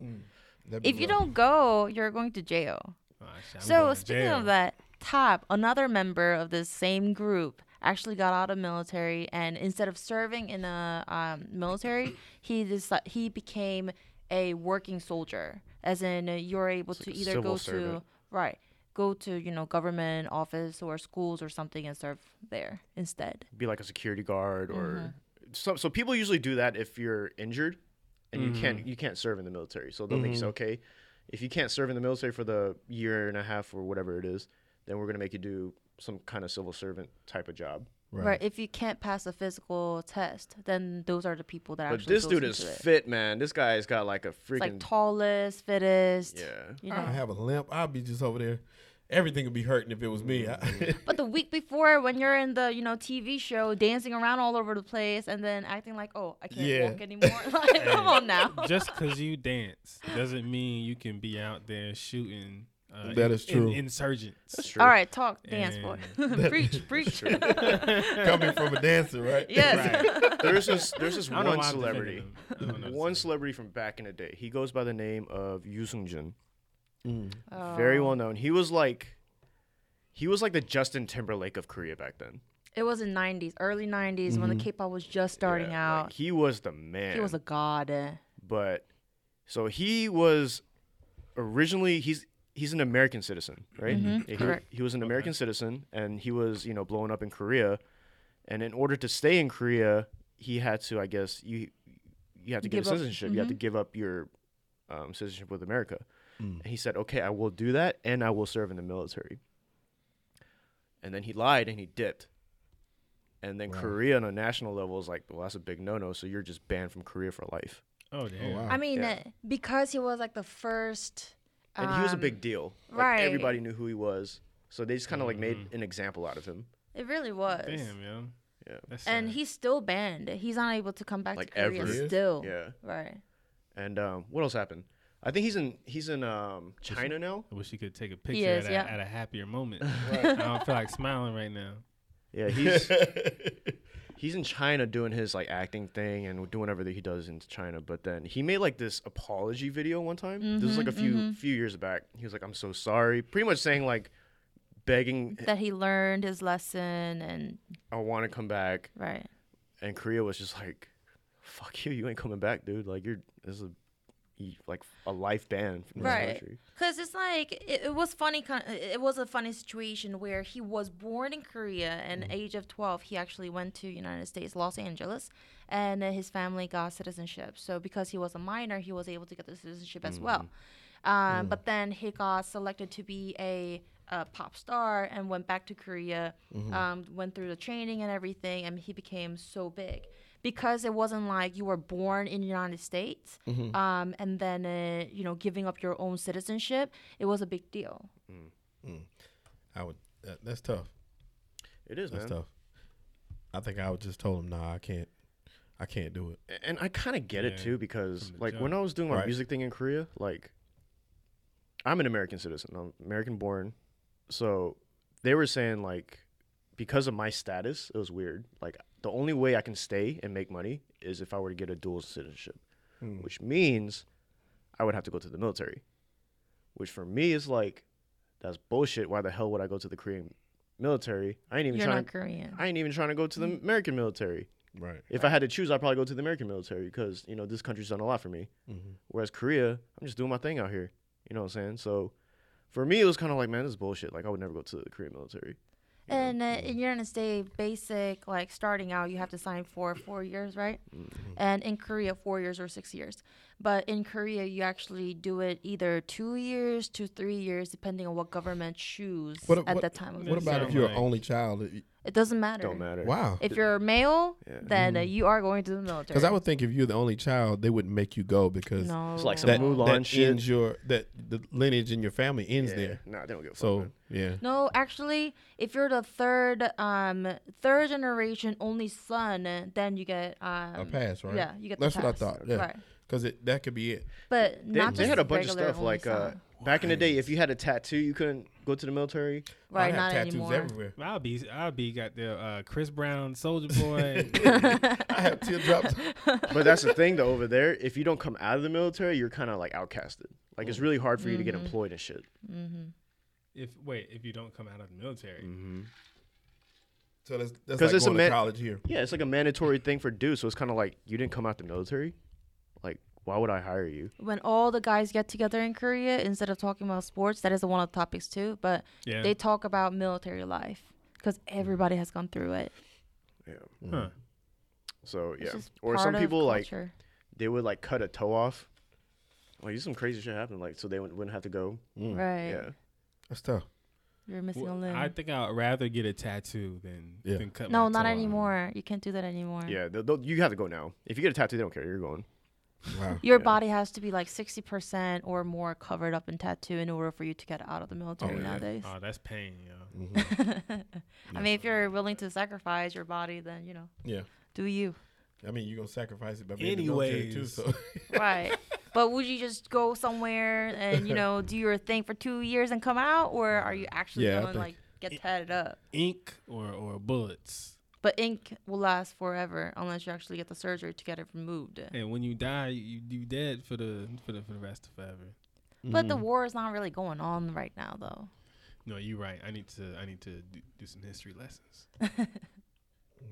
Speaker 3: be
Speaker 5: If you
Speaker 3: rough.
Speaker 5: don't go, you're going to jail.
Speaker 4: Oh, shit, I'm
Speaker 5: so
Speaker 4: going to
Speaker 5: speaking
Speaker 4: jail.
Speaker 5: of that, Top, another member of this same group, actually got out of military and instead of serving in the um, military, he just he became a working soldier. As in, uh, you're able to
Speaker 2: like a
Speaker 5: either
Speaker 2: civil
Speaker 5: go
Speaker 2: servant.
Speaker 5: to right, go to you know government office or schools or something and serve there instead.
Speaker 2: be like a security guard or
Speaker 5: Mm-hmm.
Speaker 2: so. So people usually do that if you're injured and you can't
Speaker 4: Mm-hmm.
Speaker 2: you can't serve in the military. So they'll make you say, okay, if you can't serve in the military for the year and a half or whatever it is, then we're gonna make you do some kind of civil servant type of job.
Speaker 5: Right. If you can't pass a physical test, then those are the people that
Speaker 2: But
Speaker 5: actually.
Speaker 2: this
Speaker 5: goes
Speaker 2: dude is
Speaker 5: into it.
Speaker 2: fit, man. This guy's got like a
Speaker 5: It's
Speaker 2: freaking
Speaker 5: like tallest, fittest.
Speaker 2: yeah.
Speaker 5: You
Speaker 3: I
Speaker 5: know.
Speaker 3: don't have a limp. I'd be just over there. Everything would be hurting if it was me. I-
Speaker 5: But the week before, when you're in the you know TV show, dancing around all over the place, and then acting like, oh, I can't
Speaker 3: Yeah.
Speaker 5: walk anymore. Like, come on now.
Speaker 4: Just because you dance doesn't mean you can be out there shooting. Uh,
Speaker 3: That
Speaker 4: in-
Speaker 3: is true.
Speaker 4: in- insurgents.
Speaker 2: true.
Speaker 5: All right, talk, dance, boy,
Speaker 3: That-
Speaker 5: preach, preach.
Speaker 3: Coming from a dancer, right?
Speaker 5: yes.
Speaker 2: There's this there's this
Speaker 4: I don't know
Speaker 2: one
Speaker 4: why I'm defending
Speaker 2: celebrity.
Speaker 4: him. I don't know.
Speaker 2: One celebrity from back in the day. He goes by the name of Yoo Sung Jin. Very
Speaker 5: Oh.
Speaker 2: well known. He was like he was like the Justin Timberlake of Korea back then.
Speaker 5: It was in '90s, early '90s when the K-pop was just starting
Speaker 2: Mm-hmm. Yeah, like,
Speaker 5: out.
Speaker 2: he was the man.
Speaker 5: Uh, He was a god. eh.
Speaker 2: but so he was originally he's he's an American citizen, right? Yeah, he,
Speaker 5: Mm-hmm. correct.
Speaker 2: he was an American citizen and he was, you know, blowing up in Korea. And in order to stay in Korea, he had to, I guess, you you have to get
Speaker 5: Give
Speaker 2: a
Speaker 5: up- Mm-hmm.
Speaker 2: citizenship. You have to give up your um, citizenship with America. And he said, "Okay, I will do that, and I will serve in the military." And then he lied and he dipped. And then Korea on a national level is like, well, that's a big no-no. So you're just banned from Korea for life.
Speaker 4: Oh damn.
Speaker 3: wow.
Speaker 5: I mean,
Speaker 2: Yeah.
Speaker 5: uh, because he was like the first.
Speaker 2: and he was a
Speaker 5: um,
Speaker 2: big deal. Like,
Speaker 5: right.
Speaker 2: Everybody knew who he was, so they just kind of like made an example out of him.
Speaker 5: It really was.
Speaker 4: Damn, yo.
Speaker 2: Yeah.
Speaker 4: That's
Speaker 5: And
Speaker 4: sad.
Speaker 5: he's still banned. He's not able to come back
Speaker 2: Like,
Speaker 5: to Korea
Speaker 2: ever. He
Speaker 3: is?
Speaker 5: still.
Speaker 2: Yeah.
Speaker 5: Right.
Speaker 2: And um, what else happened? I think he's in he's in um, China now.
Speaker 4: I wish you could take a picture
Speaker 5: is,
Speaker 4: at, a,
Speaker 5: yeah.
Speaker 4: at a happier moment. I don't feel like smiling right now.
Speaker 2: Yeah, he's he's in China doing his like acting thing and doing whatever that he does in China. But then he made like this apology video one time. this was like a
Speaker 5: Mm-hmm,
Speaker 2: few few years back. He was like, "I'm so sorry," pretty much saying like begging,
Speaker 5: That he learned his lesson and
Speaker 2: "I want to come back."
Speaker 5: right.
Speaker 2: And Korea was just like, "Fuck you, you ain't coming back, dude. Like you're this is a, you- like a life ban from this
Speaker 5: Right.
Speaker 2: country."
Speaker 5: Because it's like, it, it was funny. kin- It was a funny situation where he was born in Korea and age of 12, he actually went to United States, Los Angeles, and uh, his family got citizenship. So because he was a minor, he was able to get the citizenship as well. Um, But then he got selected to be a, a pop star and went back to Korea,
Speaker 3: Mm-hmm.
Speaker 5: um, went through the training and everything, and he became so big. Because it wasn't like you were born in the United States
Speaker 3: Mm-hmm.
Speaker 5: um, and then, uh, you know, giving up your own citizenship, it was a big deal.
Speaker 3: I would. That, that's tough.
Speaker 2: It is,
Speaker 3: That's
Speaker 2: man.
Speaker 3: tough. I think I would just told him, nah, I can't. I can't do it.
Speaker 2: A- And I kind of get it
Speaker 4: Yeah,
Speaker 2: too because,
Speaker 4: the
Speaker 2: like, when I was doing my
Speaker 3: Right.
Speaker 2: music thing in Korea, like, I'm an American citizen. I'm American born, so they were saying like, because of my status, it was weird. Like, the only way I can stay and make money is if I were to get a dual citizenship,
Speaker 4: Hmm.
Speaker 2: which means I would have to go to the military, which for me is like, that's bullshit. Why the hell would I go to the Korean military? I ain't even
Speaker 5: You're
Speaker 2: trying.
Speaker 5: not
Speaker 2: to,
Speaker 5: Korean. Mm.
Speaker 2: I ain't even trying to go to the American military.
Speaker 3: Right.
Speaker 2: If I had to choose, I'd probably go to the American military because you know this country's done a lot for me.
Speaker 3: Mm-hmm.
Speaker 2: Whereas Korea, I'm just doing my thing out here. You know what I'm saying? So for me, it was kind of like, man, this is bullshit. Like I would never go to the Korean military.
Speaker 5: And uh, in United States, basic like starting out, you have to sign for four years, right?
Speaker 3: Mm-hmm.
Speaker 5: And in Korea, four years or six years. But in Korea, you actually do it either two years to three years, depending on what government choose
Speaker 3: What,
Speaker 5: at
Speaker 3: what-
Speaker 5: that time. Of
Speaker 3: What
Speaker 5: year.
Speaker 3: about if
Speaker 4: Sound
Speaker 3: you're
Speaker 4: like-
Speaker 3: only child? It-
Speaker 5: it doesn't matter.
Speaker 2: Don't matter.
Speaker 3: Wow.
Speaker 5: If you're male, then uh, you are going to the military.
Speaker 3: Because Mm. I would think if you're the only child, they wouldn't make you go because
Speaker 5: no.
Speaker 2: It's like some
Speaker 3: that,
Speaker 2: Mulan
Speaker 3: that
Speaker 2: shit.
Speaker 3: ends your that the lineage in your family ends
Speaker 2: Yeah.
Speaker 3: there.
Speaker 2: Nah, they don't give a fuck.
Speaker 3: So
Speaker 2: man.
Speaker 3: yeah.
Speaker 5: No, actually, if you're the third um third generation only son, then you get um
Speaker 3: a pass, right?
Speaker 5: Yeah, you get the
Speaker 3: That's what I
Speaker 5: pass.
Speaker 3: thought. Yeah,
Speaker 5: Right.
Speaker 3: because that could be it.
Speaker 5: But
Speaker 2: They,
Speaker 5: not
Speaker 2: they
Speaker 5: just
Speaker 2: had a bunch of
Speaker 5: regular
Speaker 2: stuff like
Speaker 5: only
Speaker 2: uh,
Speaker 5: son.
Speaker 2: back in the day, if you had a tattoo, you couldn't go to the military.
Speaker 5: right,
Speaker 3: I
Speaker 5: not
Speaker 3: have tattoos
Speaker 5: anymore.
Speaker 3: everywhere.
Speaker 4: I'll be I'll be got the uh, Chris Brown Soldier Boy.
Speaker 3: I have teardrops.
Speaker 2: But that's the thing though, over there, if you don't come out of the military, you're kind of like outcasted. Like
Speaker 3: Mm.
Speaker 2: it's really hard for you to get
Speaker 5: Mm-hmm.
Speaker 2: employed and shit.
Speaker 3: Mm-hmm.
Speaker 4: if wait, if you don't come out of the military.
Speaker 3: So that's
Speaker 2: 'Cause
Speaker 3: that's like
Speaker 2: it's a
Speaker 3: going
Speaker 2: man-
Speaker 3: to college here.
Speaker 2: Yeah, it's like a mandatory thing for dudes. So it's kind of like you didn't come out the military. Like, why would I hire you?
Speaker 5: when all the guys get together in Korea, instead of talking about sports, that is one of the topics too, but
Speaker 4: Yeah.
Speaker 5: they talk about military life because everybody has gone through it.
Speaker 2: Yeah.
Speaker 4: Huh.
Speaker 2: So
Speaker 5: It's
Speaker 2: yeah,
Speaker 5: just
Speaker 2: or
Speaker 5: part
Speaker 2: some
Speaker 5: of
Speaker 2: people like
Speaker 5: culture.
Speaker 2: they would like cut a toe off. Like, you some crazy shit happened. Like, so they wouldn't, wouldn't have to go.
Speaker 5: right,
Speaker 2: Mm. Yeah.
Speaker 3: That's tough.
Speaker 5: you're missing
Speaker 4: Well,
Speaker 5: a limb.
Speaker 4: I think I'd rather get a tattoo than,
Speaker 3: Yeah.
Speaker 4: than cut my
Speaker 5: no, not
Speaker 4: toe off.
Speaker 5: anymore. You can't do that anymore.
Speaker 2: Yeah. they'll- they'll- you have to go now. If you get a tattoo, they don't care. You're going.
Speaker 3: Wow.
Speaker 5: Your
Speaker 2: Yeah.
Speaker 5: body has to be like 60% or more covered up in tattoo in order for you to get out of the military
Speaker 3: yeah.
Speaker 5: nowadays.
Speaker 4: Oh, that's pain, yo.
Speaker 5: I mean, if you're willing to sacrifice your body, then, you know,
Speaker 3: yeah.
Speaker 5: do you.
Speaker 3: I mean, you're gonna sacrifice it by being Anyways. too.
Speaker 4: Anyways.
Speaker 3: So
Speaker 5: Right. but would you just go somewhere and, you know, do your thing for two years and come out? Or are you actually
Speaker 3: Yeah, I
Speaker 5: going to,
Speaker 3: think-
Speaker 5: like, get tatted up?
Speaker 4: Ink or, or bullets.
Speaker 5: But ink will last forever unless you actually get the surgery to get it removed.
Speaker 4: And when you die, you you dead for the for the for the rest of forever.
Speaker 5: But the war is not really going on right now, though.
Speaker 4: No, you're right. I need to I need to do, do some history lessons.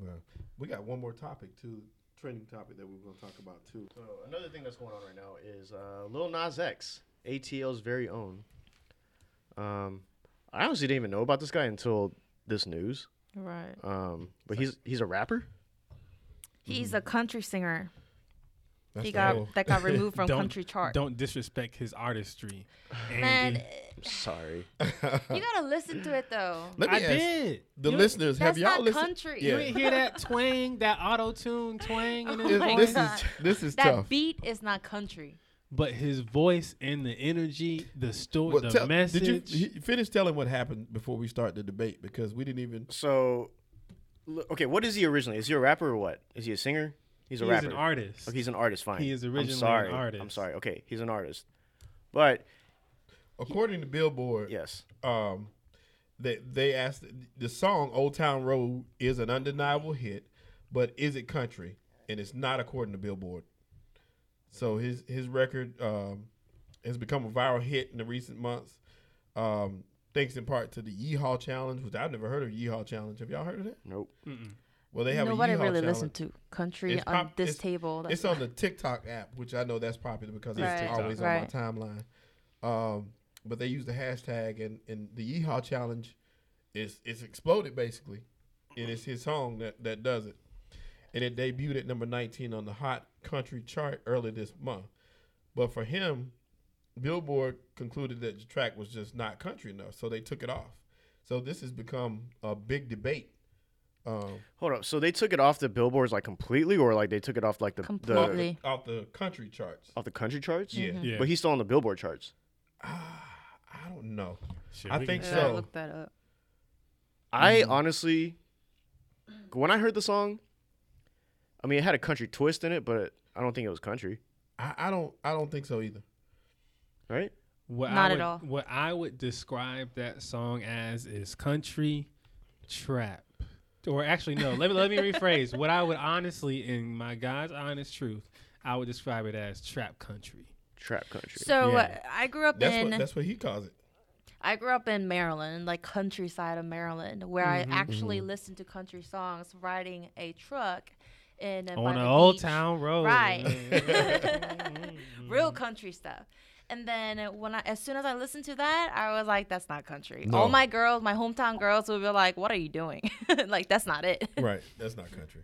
Speaker 3: Well, we got one more topic too, trending topic that we we're gonna talk about too.
Speaker 2: So another thing that's going on right now is uh, Lil Nas X, ATL's very own. Um, I honestly didn't even know about this guy until this news.
Speaker 5: Right.
Speaker 2: Um, but he's he's a rapper.
Speaker 5: He's a country singer.
Speaker 3: That's
Speaker 5: he
Speaker 3: the
Speaker 5: got
Speaker 3: whole-
Speaker 5: that got removed from
Speaker 4: Don't-
Speaker 5: country chart.
Speaker 4: Don't disrespect his artistry.
Speaker 5: Man,
Speaker 4: Andy.
Speaker 2: I'm sorry.
Speaker 5: you gotta listen to it though.
Speaker 3: Let me
Speaker 4: I
Speaker 3: ask
Speaker 4: did.
Speaker 3: the
Speaker 4: You-
Speaker 3: listeners. have
Speaker 5: That's
Speaker 3: y'all
Speaker 5: not
Speaker 3: listened?
Speaker 5: country.
Speaker 4: You
Speaker 3: Yeah.
Speaker 4: didn't hear that twang, that auto tune twang in his
Speaker 3: This-
Speaker 5: Oh my
Speaker 4: voice?
Speaker 3: this
Speaker 5: God.
Speaker 3: is this is
Speaker 5: uh, That
Speaker 3: tough.
Speaker 5: beat is not country.
Speaker 4: But his voice and the energy, the story,
Speaker 3: Well,
Speaker 4: the
Speaker 3: tell-
Speaker 4: message.
Speaker 3: Did you he- finish telling what happened before we start the debate? Because we didn't even.
Speaker 2: So, l- okay, what is he originally? Is he a rapper or what? Is he a singer? He's a
Speaker 4: He's
Speaker 2: rapper.
Speaker 4: an artist.
Speaker 3: Oh,
Speaker 2: Okay, Oh, he's an artist. Fine.
Speaker 4: He is originally
Speaker 2: I'm
Speaker 4: an
Speaker 2: sorry. I'm
Speaker 4: artist.
Speaker 2: sorry. Okay, he's an artist. But
Speaker 3: According to Billboard,
Speaker 2: yes,
Speaker 3: um, they they asked the song "Old Town Road" is an undeniable hit, but is it country? And it's not according to Billboard. So his his record um, has become a viral hit in the recent months, um, thanks in part to the Yeehaw Challenge, which I've never heard of. Yeehaw Challenge, have y'all heard of that?
Speaker 2: nope.
Speaker 3: Well, they have
Speaker 5: Nobody
Speaker 3: a Yeehaw
Speaker 5: really
Speaker 3: Challenge.
Speaker 5: listened to country
Speaker 3: It's
Speaker 5: on
Speaker 3: pop-
Speaker 5: this
Speaker 3: it's-
Speaker 5: table. That's
Speaker 3: It's on the TikTok app, which I know that's popular because
Speaker 5: Right.
Speaker 3: it's
Speaker 5: TikTok.
Speaker 3: always
Speaker 5: Right.
Speaker 3: on my timeline. Um, but they use the hashtag, and, and the Yeehaw challenge is it's exploded basically. It is his song that, that does it, and it debuted at number 19 on the Hot Country chart early this month. But for him, Billboard concluded that the track was just not country enough, so they took it off. So this has become a big debate. Um,
Speaker 2: Hold up. So they took it off the billboards like completely, or like they took it off like the
Speaker 3: off
Speaker 5: Completely.
Speaker 2: the
Speaker 3: the, off the country charts.
Speaker 2: off the country charts.
Speaker 3: Yeah.
Speaker 4: yeah.
Speaker 2: But he's still on the billboard charts.
Speaker 3: I don't know.
Speaker 4: Shit,
Speaker 3: I
Speaker 4: we
Speaker 3: think
Speaker 4: can-
Speaker 5: Yeah, I
Speaker 3: so.
Speaker 5: looked that up.
Speaker 2: I
Speaker 4: Mm-hmm.
Speaker 2: honestly, when I heard the song, I mean, it had a country twist in it, but I don't think it was country,
Speaker 3: I, I don't. I don't think so either.
Speaker 2: right?
Speaker 4: What
Speaker 5: Not
Speaker 4: I
Speaker 5: at
Speaker 4: would-
Speaker 5: all.
Speaker 4: What I would describe that song as is country trap. Or actually, no. Let me let me rephrase. What I would honestly, in my God's honest truth, I would describe it as trap country.
Speaker 2: Trap country.
Speaker 5: So
Speaker 4: Yeah.
Speaker 5: uh, I grew up
Speaker 3: That's
Speaker 5: in
Speaker 3: what. That's what he calls it.
Speaker 5: I grew up in Maryland, like countryside of Maryland, where
Speaker 3: Mm-hmm,
Speaker 5: I actually listened to country songs riding a truck in by
Speaker 4: On
Speaker 5: the
Speaker 4: an old
Speaker 5: beach.
Speaker 4: town road.
Speaker 5: Right. Real
Speaker 2: Mm-hmm.
Speaker 5: country stuff. And then when I, as soon as I listened to that, I was like, "That's not country." All
Speaker 3: No.
Speaker 5: my girls, my hometown girls, would be like, "What are you doing? like, that's not it."
Speaker 3: Right. That's not country.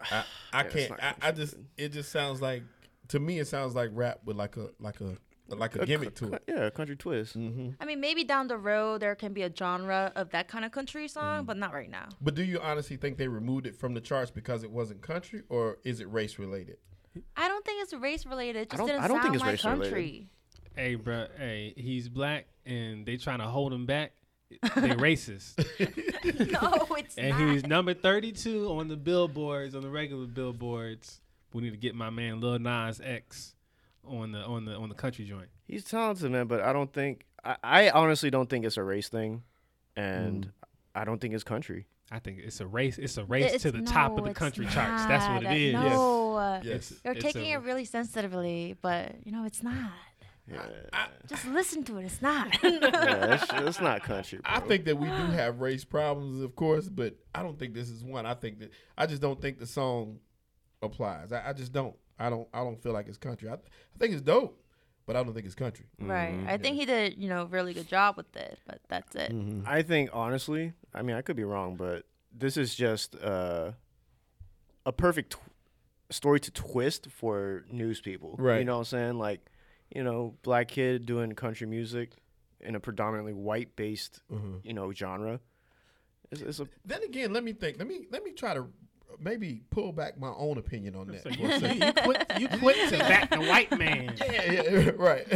Speaker 3: I, I can't.
Speaker 2: not
Speaker 3: I, I just. It just sounds like. To me, it sounds like rap with like a like a like a gimmick to it.
Speaker 2: yeah, country twist.
Speaker 4: Mm-hmm.
Speaker 5: I mean, maybe down the road there can be a genre of that kind of country
Speaker 2: Mm.
Speaker 5: song, but not right now.
Speaker 3: But do you honestly think they removed it from the charts because it wasn't country, or is it race related?
Speaker 5: I don't think it's race related. It just
Speaker 2: don't-
Speaker 5: didn't
Speaker 2: I don't
Speaker 5: sound
Speaker 2: think it's
Speaker 5: like
Speaker 2: race
Speaker 5: country.
Speaker 2: related.
Speaker 4: Hey, bro. Hey, he's black, and they trying to hold him back. They racist,
Speaker 5: No, it's
Speaker 4: and
Speaker 5: not.
Speaker 4: he's number thirty-two on the billboards, on the regular billboards. We need to get my man Lil Nas X on the on the on the country joint.
Speaker 2: He's talented, man, but I don't think I, I honestly don't think it's a race thing, and
Speaker 4: Mm.
Speaker 2: I don't think it's country.
Speaker 4: I think it's a race. It's a race
Speaker 5: It's-
Speaker 4: to the top of
Speaker 5: no,
Speaker 4: the
Speaker 5: it's
Speaker 4: country charts. That's what
Speaker 5: not.
Speaker 4: it is.
Speaker 5: No.
Speaker 3: Yes.
Speaker 5: You're
Speaker 4: It's
Speaker 5: taking
Speaker 4: a-
Speaker 5: it really sensitively, but you know it's not. Just listen to it. It's not.
Speaker 2: Yeah, that's, that's not country. Bro.
Speaker 3: I think that we do have race problems, of course, but I don't think this is one. I think that I just don't think the song applies. I, I just don't. I don't. I don't feel like it's country. I, I think it's dope, but I don't think it's country.
Speaker 5: right.
Speaker 4: Mm-hmm.
Speaker 5: I think he did, you know, really good job with it, but that's it.
Speaker 2: I think honestly, I mean, I could be wrong, but this is just uh, a perfect tw- story to twist for news people.
Speaker 3: Right.
Speaker 2: You know what I'm saying? Like, you know, black kid doing country music in a predominantly white based, you know, genre. It's, it's a
Speaker 3: Then again, let me think. Let me let me try to maybe pull back my own opinion on that. for a second.
Speaker 4: you quit. You quit to back the white man.
Speaker 3: yeah, yeah, right.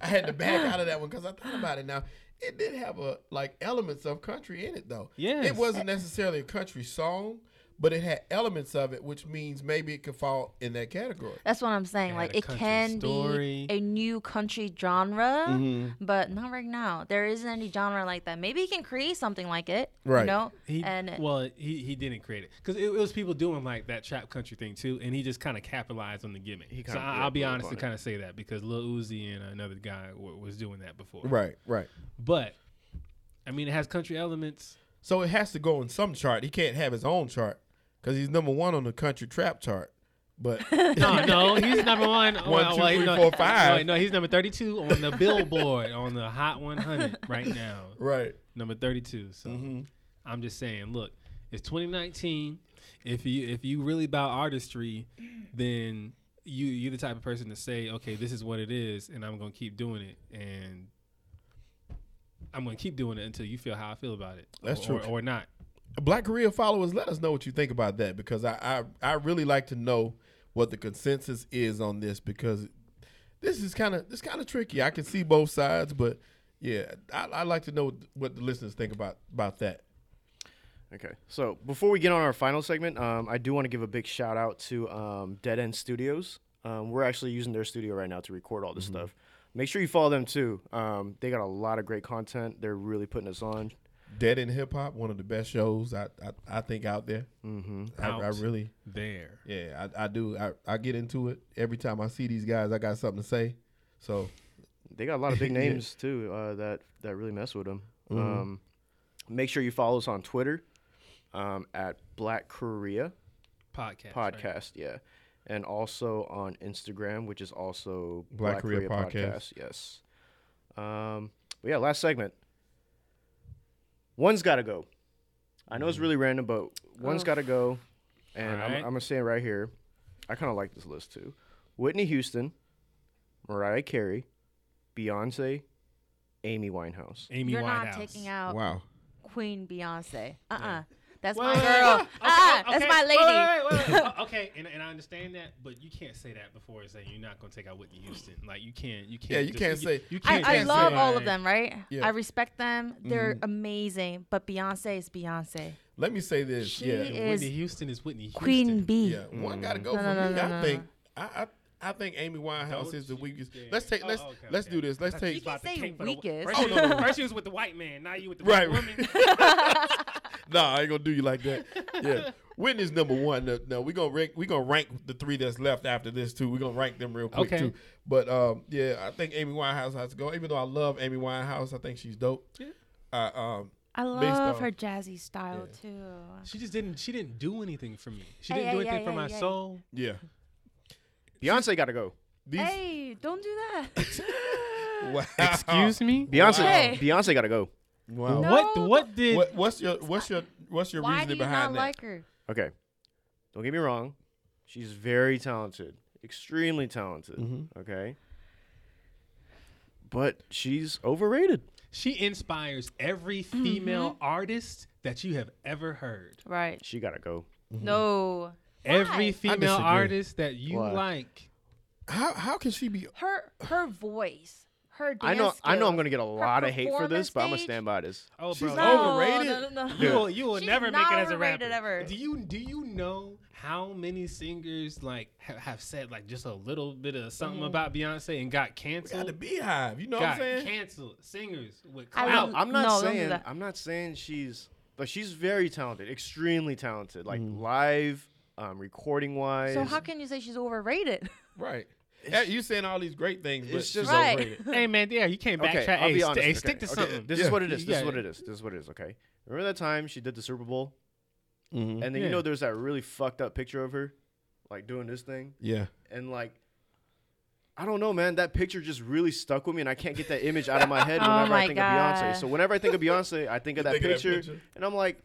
Speaker 3: I had to back out of that one because I thought about it. Now, it did have a like elements of country in it, though.
Speaker 4: Yes.
Speaker 3: it wasn't necessarily a country song, but it had elements of it, which means maybe it could fall in that category.
Speaker 5: That's what I'm saying.
Speaker 4: Yeah,
Speaker 5: like
Speaker 4: the
Speaker 5: it
Speaker 4: country
Speaker 5: can
Speaker 4: story. Mm-hmm.
Speaker 5: be a new country genre, but not right now. There isn't any genre like that. Maybe he can create something like it.
Speaker 3: Right.
Speaker 5: You know?
Speaker 4: He,
Speaker 5: and it-
Speaker 4: well, he, he didn't create it because it, it was people doing like that trap country thing too, and he just kind of capitalized on the gimmick. so
Speaker 2: kinda
Speaker 4: I,
Speaker 2: blew-
Speaker 4: I'll be
Speaker 2: blew up
Speaker 4: honest
Speaker 2: on
Speaker 4: and
Speaker 2: it.
Speaker 4: kind of say that because Lil Uzi and another guy w- was doing that before.
Speaker 3: Right, right.
Speaker 4: But I mean, it has country elements.
Speaker 3: So it has to go in some chart. He can't have his own chart because he's number one on the country trap chart. But
Speaker 4: No, no, he's number one.
Speaker 3: One,
Speaker 4: oh,
Speaker 3: two,
Speaker 4: wait,
Speaker 3: three,
Speaker 4: no,
Speaker 3: four, five.
Speaker 4: wait, No, he's number thirty-two on the Billboard on the Hot 100 right now.
Speaker 3: right,
Speaker 4: Number thirty-two. So
Speaker 3: Mm-hmm.
Speaker 4: I'm just saying, look, it's 2019. If you if you really about artistry, then you you're the type of person to say, okay, this is what it is, and I'm gonna keep doing it, and I'm gonna keep doing it until you feel how I feel about it.
Speaker 3: That's
Speaker 4: or,
Speaker 3: true.
Speaker 4: or, or not.
Speaker 3: Black Korea followers, let us know what you think about that because I, I I really like to know what the consensus is on this because this is kind of this kind of tricky. I can see both sides, but yeah, I I like to know what the listeners think about about that.
Speaker 2: Okay. So before we get on our final segment, um, I do want to give a big shout out to um, Dead End Studios. Um, we're actually using their studio right now to record all this stuff. Make sure you follow them too. Um, they got a lot of great content. They're really putting us on.
Speaker 3: Dead in Hip Hop, one of the best shows I I, I think out there. Mm-hmm. I, I
Speaker 4: Out.
Speaker 3: really
Speaker 4: There.
Speaker 3: yeah I, I do I, I get into it every time I see these guys. I got something to say, so
Speaker 2: They got a lot of big
Speaker 3: Yeah.
Speaker 2: names too uh, that that really mess with them. Um, make sure you follow us on Twitter um, at Black Korea
Speaker 4: Podcast. right?
Speaker 2: Podcast. Yeah. And also on Instagram, which is also
Speaker 3: Black Korea Podcast.
Speaker 2: Yes. Um, but yeah, last segment. One's got to go. I
Speaker 3: Mm-hmm.
Speaker 2: know it's really random, but one's
Speaker 3: Oh.
Speaker 2: got to go. And I'm,
Speaker 4: Alright.
Speaker 2: I'm going to say it right here. I kind of like this list too Whitney Houston, Mariah Carey, Beyonce, Amy Winehouse.
Speaker 4: Amy
Speaker 5: you're
Speaker 4: Winehouse.
Speaker 5: not taking out
Speaker 3: wow.
Speaker 5: Queen Beyonce. Uh uh That's
Speaker 4: Wait,
Speaker 5: my
Speaker 4: wait, wait,
Speaker 5: girl.
Speaker 4: wait.
Speaker 5: Uh-uh.
Speaker 4: Okay,
Speaker 5: That's
Speaker 4: okay.
Speaker 5: my lady.
Speaker 4: Wait, wait, wait, wait. O- Oh, okay, and, and I understand that, but you can't say that before and say you're not gonna take out Whitney Houston. Like you can't, you can't.
Speaker 3: Yeah, you
Speaker 4: just-
Speaker 3: can't say-
Speaker 4: You can't.
Speaker 5: I, I
Speaker 4: just
Speaker 5: love
Speaker 4: say, Mm-hmm.
Speaker 5: all
Speaker 4: like,
Speaker 5: of them, right?
Speaker 3: Yeah.
Speaker 5: I respect them. They're amazing. But Beyonce is Beyonce.
Speaker 3: Let me say this.
Speaker 5: She
Speaker 3: yeah,
Speaker 5: is
Speaker 4: Whitney Houston is Whitney Houston.
Speaker 5: Queen Bee.
Speaker 3: Yeah, one gotta go
Speaker 5: Mm. No,
Speaker 3: for
Speaker 5: no, no,
Speaker 3: me.
Speaker 5: no,
Speaker 3: I
Speaker 5: no,
Speaker 3: think I, I I think Amy Winehouse is the weakest. Let's
Speaker 4: Oh,
Speaker 3: take let's let's do this. Let's take
Speaker 5: You can't say weakest.
Speaker 4: First,
Speaker 3: Oh,
Speaker 4: you-
Speaker 3: no, no, no.
Speaker 4: first you was with the white man, now you with the
Speaker 3: Right.
Speaker 4: right. woman.
Speaker 3: no, I ain't gonna do you like that. Yeah, Whitney's number one. No, no we gonna rank we gonna rank the three that's left after this too. We are gonna rank them real quick
Speaker 4: Okay.
Speaker 3: too. But um, yeah, I think Amy Winehouse has to go. Even though I love Amy Winehouse, I think she's dope. Yeah. Uh, um,
Speaker 5: I
Speaker 3: Based
Speaker 5: love
Speaker 3: on-
Speaker 5: her jazzy style too.
Speaker 4: She just didn't. She didn't do anything for me. She
Speaker 5: Hey,
Speaker 4: didn't do
Speaker 5: hey,
Speaker 4: anything
Speaker 5: hey,
Speaker 4: for
Speaker 5: hey,
Speaker 4: my
Speaker 5: hey.
Speaker 4: soul.
Speaker 3: yeah.
Speaker 2: Beyonce got to go.
Speaker 3: These
Speaker 5: Hey, don't do that.
Speaker 3: wow.
Speaker 4: me.
Speaker 2: Beyonce,
Speaker 5: Hey.
Speaker 2: Beyonce got to go.
Speaker 3: Wow.
Speaker 4: What?
Speaker 5: No,
Speaker 4: What did?
Speaker 3: What, what's your what's your what's your
Speaker 5: Why do
Speaker 3: reasoning
Speaker 5: you not
Speaker 3: behind that?
Speaker 5: like her?
Speaker 2: Okay. Don't get me wrong. She's very talented, extremely talented. Okay. But she's overrated.
Speaker 4: She inspires every
Speaker 5: Mm-hmm.
Speaker 4: female artist that you have ever heard.
Speaker 5: Right.
Speaker 2: She got to go.
Speaker 5: Mm-hmm. No.
Speaker 4: Every female
Speaker 3: disagree.
Speaker 4: artist that you
Speaker 2: Why?
Speaker 4: like.
Speaker 3: how how can she be
Speaker 5: Her her voice, her dance
Speaker 2: I know I know I'm
Speaker 5: skills,
Speaker 2: going to get a
Speaker 5: her
Speaker 2: lot of hate for this,
Speaker 5: performance
Speaker 2: but I'm going to
Speaker 5: stage.
Speaker 2: stand by this.
Speaker 4: Oh,
Speaker 3: She's
Speaker 4: bro.
Speaker 3: not Overrated?
Speaker 5: No, no, no,
Speaker 4: You
Speaker 5: no.
Speaker 4: will, you will
Speaker 5: She's
Speaker 4: never make it
Speaker 5: not
Speaker 4: as a rapper.
Speaker 5: overrated ever.
Speaker 4: Do you do you know how many singers like have, have said like just a little bit of something
Speaker 5: Mm-hmm.
Speaker 4: about Beyonce and got
Speaker 3: got the
Speaker 4: canceled?
Speaker 3: beehive? You know what I'm
Speaker 4: Got
Speaker 3: saying?
Speaker 4: canceled. Singers with
Speaker 5: I
Speaker 4: clout.
Speaker 5: love-
Speaker 2: I'm not
Speaker 5: no, don't do
Speaker 2: saying
Speaker 5: that.
Speaker 2: I'm not saying she's but she's very talented, extremely talented, like live um recording wise.
Speaker 5: So how can you say she's overrated?
Speaker 3: Right. eh, you saying all these great things, but
Speaker 2: it's
Speaker 3: she's
Speaker 2: just-
Speaker 5: Right.
Speaker 3: overrated.
Speaker 4: hey man, yeah, you can't
Speaker 2: Okay,
Speaker 4: backtrack.
Speaker 2: I'll
Speaker 4: hey,
Speaker 2: be
Speaker 4: st-
Speaker 2: honest.
Speaker 4: hey,
Speaker 2: okay,
Speaker 4: stick to
Speaker 2: okay,
Speaker 4: something.
Speaker 2: This is what it is.
Speaker 4: You
Speaker 2: This is
Speaker 4: got
Speaker 2: what it is. This is what it is. Okay. Remember that time she did the Super Bowl, and
Speaker 3: Mhm.
Speaker 2: then
Speaker 4: Yeah.
Speaker 2: you know there's that really fucked up picture of her, like doing this thing,
Speaker 3: Yeah.
Speaker 2: and like, I don't know, man. That picture just really stuck with me, and I can't get that image out of my head
Speaker 5: Oh
Speaker 2: whenever
Speaker 5: my
Speaker 2: I think
Speaker 5: God.
Speaker 2: of Beyonce. So whenever I think of Beyonce, I think of, that,
Speaker 3: think of that
Speaker 2: picture,
Speaker 3: picture?
Speaker 2: and I'm like,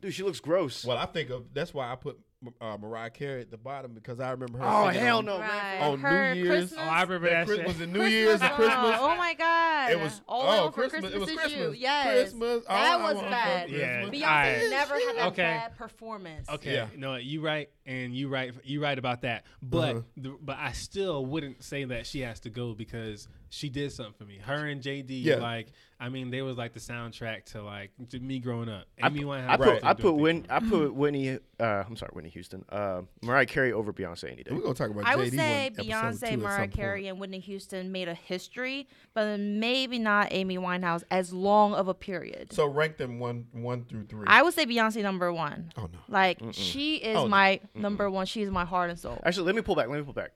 Speaker 2: dude, she looks gross.
Speaker 3: Well, I think of that's why I put uh, Mariah Carey at the bottom because I remember her.
Speaker 2: oh
Speaker 3: singing
Speaker 2: hell
Speaker 3: on-
Speaker 2: no, man.
Speaker 5: Right.
Speaker 3: on
Speaker 5: Her
Speaker 3: New Year's.
Speaker 4: Oh, I remember that,
Speaker 3: Chris-
Speaker 4: shit.
Speaker 3: was it New Year's and
Speaker 5: oh,
Speaker 3: Christmas?
Speaker 5: Oh my God!
Speaker 3: It was
Speaker 5: all
Speaker 3: oh,
Speaker 5: over Christmas.
Speaker 3: It was
Speaker 5: is
Speaker 3: Christmas.
Speaker 5: You. Yes,
Speaker 3: Christmas. all
Speaker 5: That
Speaker 3: I
Speaker 5: was
Speaker 3: want for
Speaker 5: bad.
Speaker 4: Yeah.
Speaker 3: Christmas.
Speaker 5: Beyonce
Speaker 4: Alright.
Speaker 5: never had that
Speaker 4: Okay.
Speaker 5: bad performance.
Speaker 4: Okay,
Speaker 3: Yeah.
Speaker 4: no, you right, and you right, you right about that.
Speaker 2: Uh-huh.
Speaker 4: But the, but I still wouldn't say that she has to go because she did something for me. Her and JD,
Speaker 3: Yeah.
Speaker 4: like I mean, they was like the soundtrack to like to me growing up.
Speaker 2: I
Speaker 4: Amy
Speaker 2: put-
Speaker 4: Winehouse.
Speaker 2: I
Speaker 4: did
Speaker 2: put I
Speaker 4: do
Speaker 2: put
Speaker 4: things
Speaker 2: Win
Speaker 4: for me.
Speaker 2: I put Whitney. Uh, I'm sorry, Whitney Houston. Uh, Mariah Carey over Beyonce any day.
Speaker 3: We're gonna talk about.
Speaker 5: I
Speaker 3: JD
Speaker 5: would say
Speaker 3: one episode two at
Speaker 5: Beyonce,
Speaker 3: some
Speaker 5: Mariah
Speaker 3: point.
Speaker 5: Carey, and Whitney Houston made a history, but then maybe not Amy Winehouse as long of a period.
Speaker 3: So rank them one one through three.
Speaker 5: I would say Beyonce number one.
Speaker 3: oh no.
Speaker 5: Like she is
Speaker 3: Oh, no.
Speaker 5: my number one. She is my heart and soul.
Speaker 2: Actually, let me pull back. Let me pull back.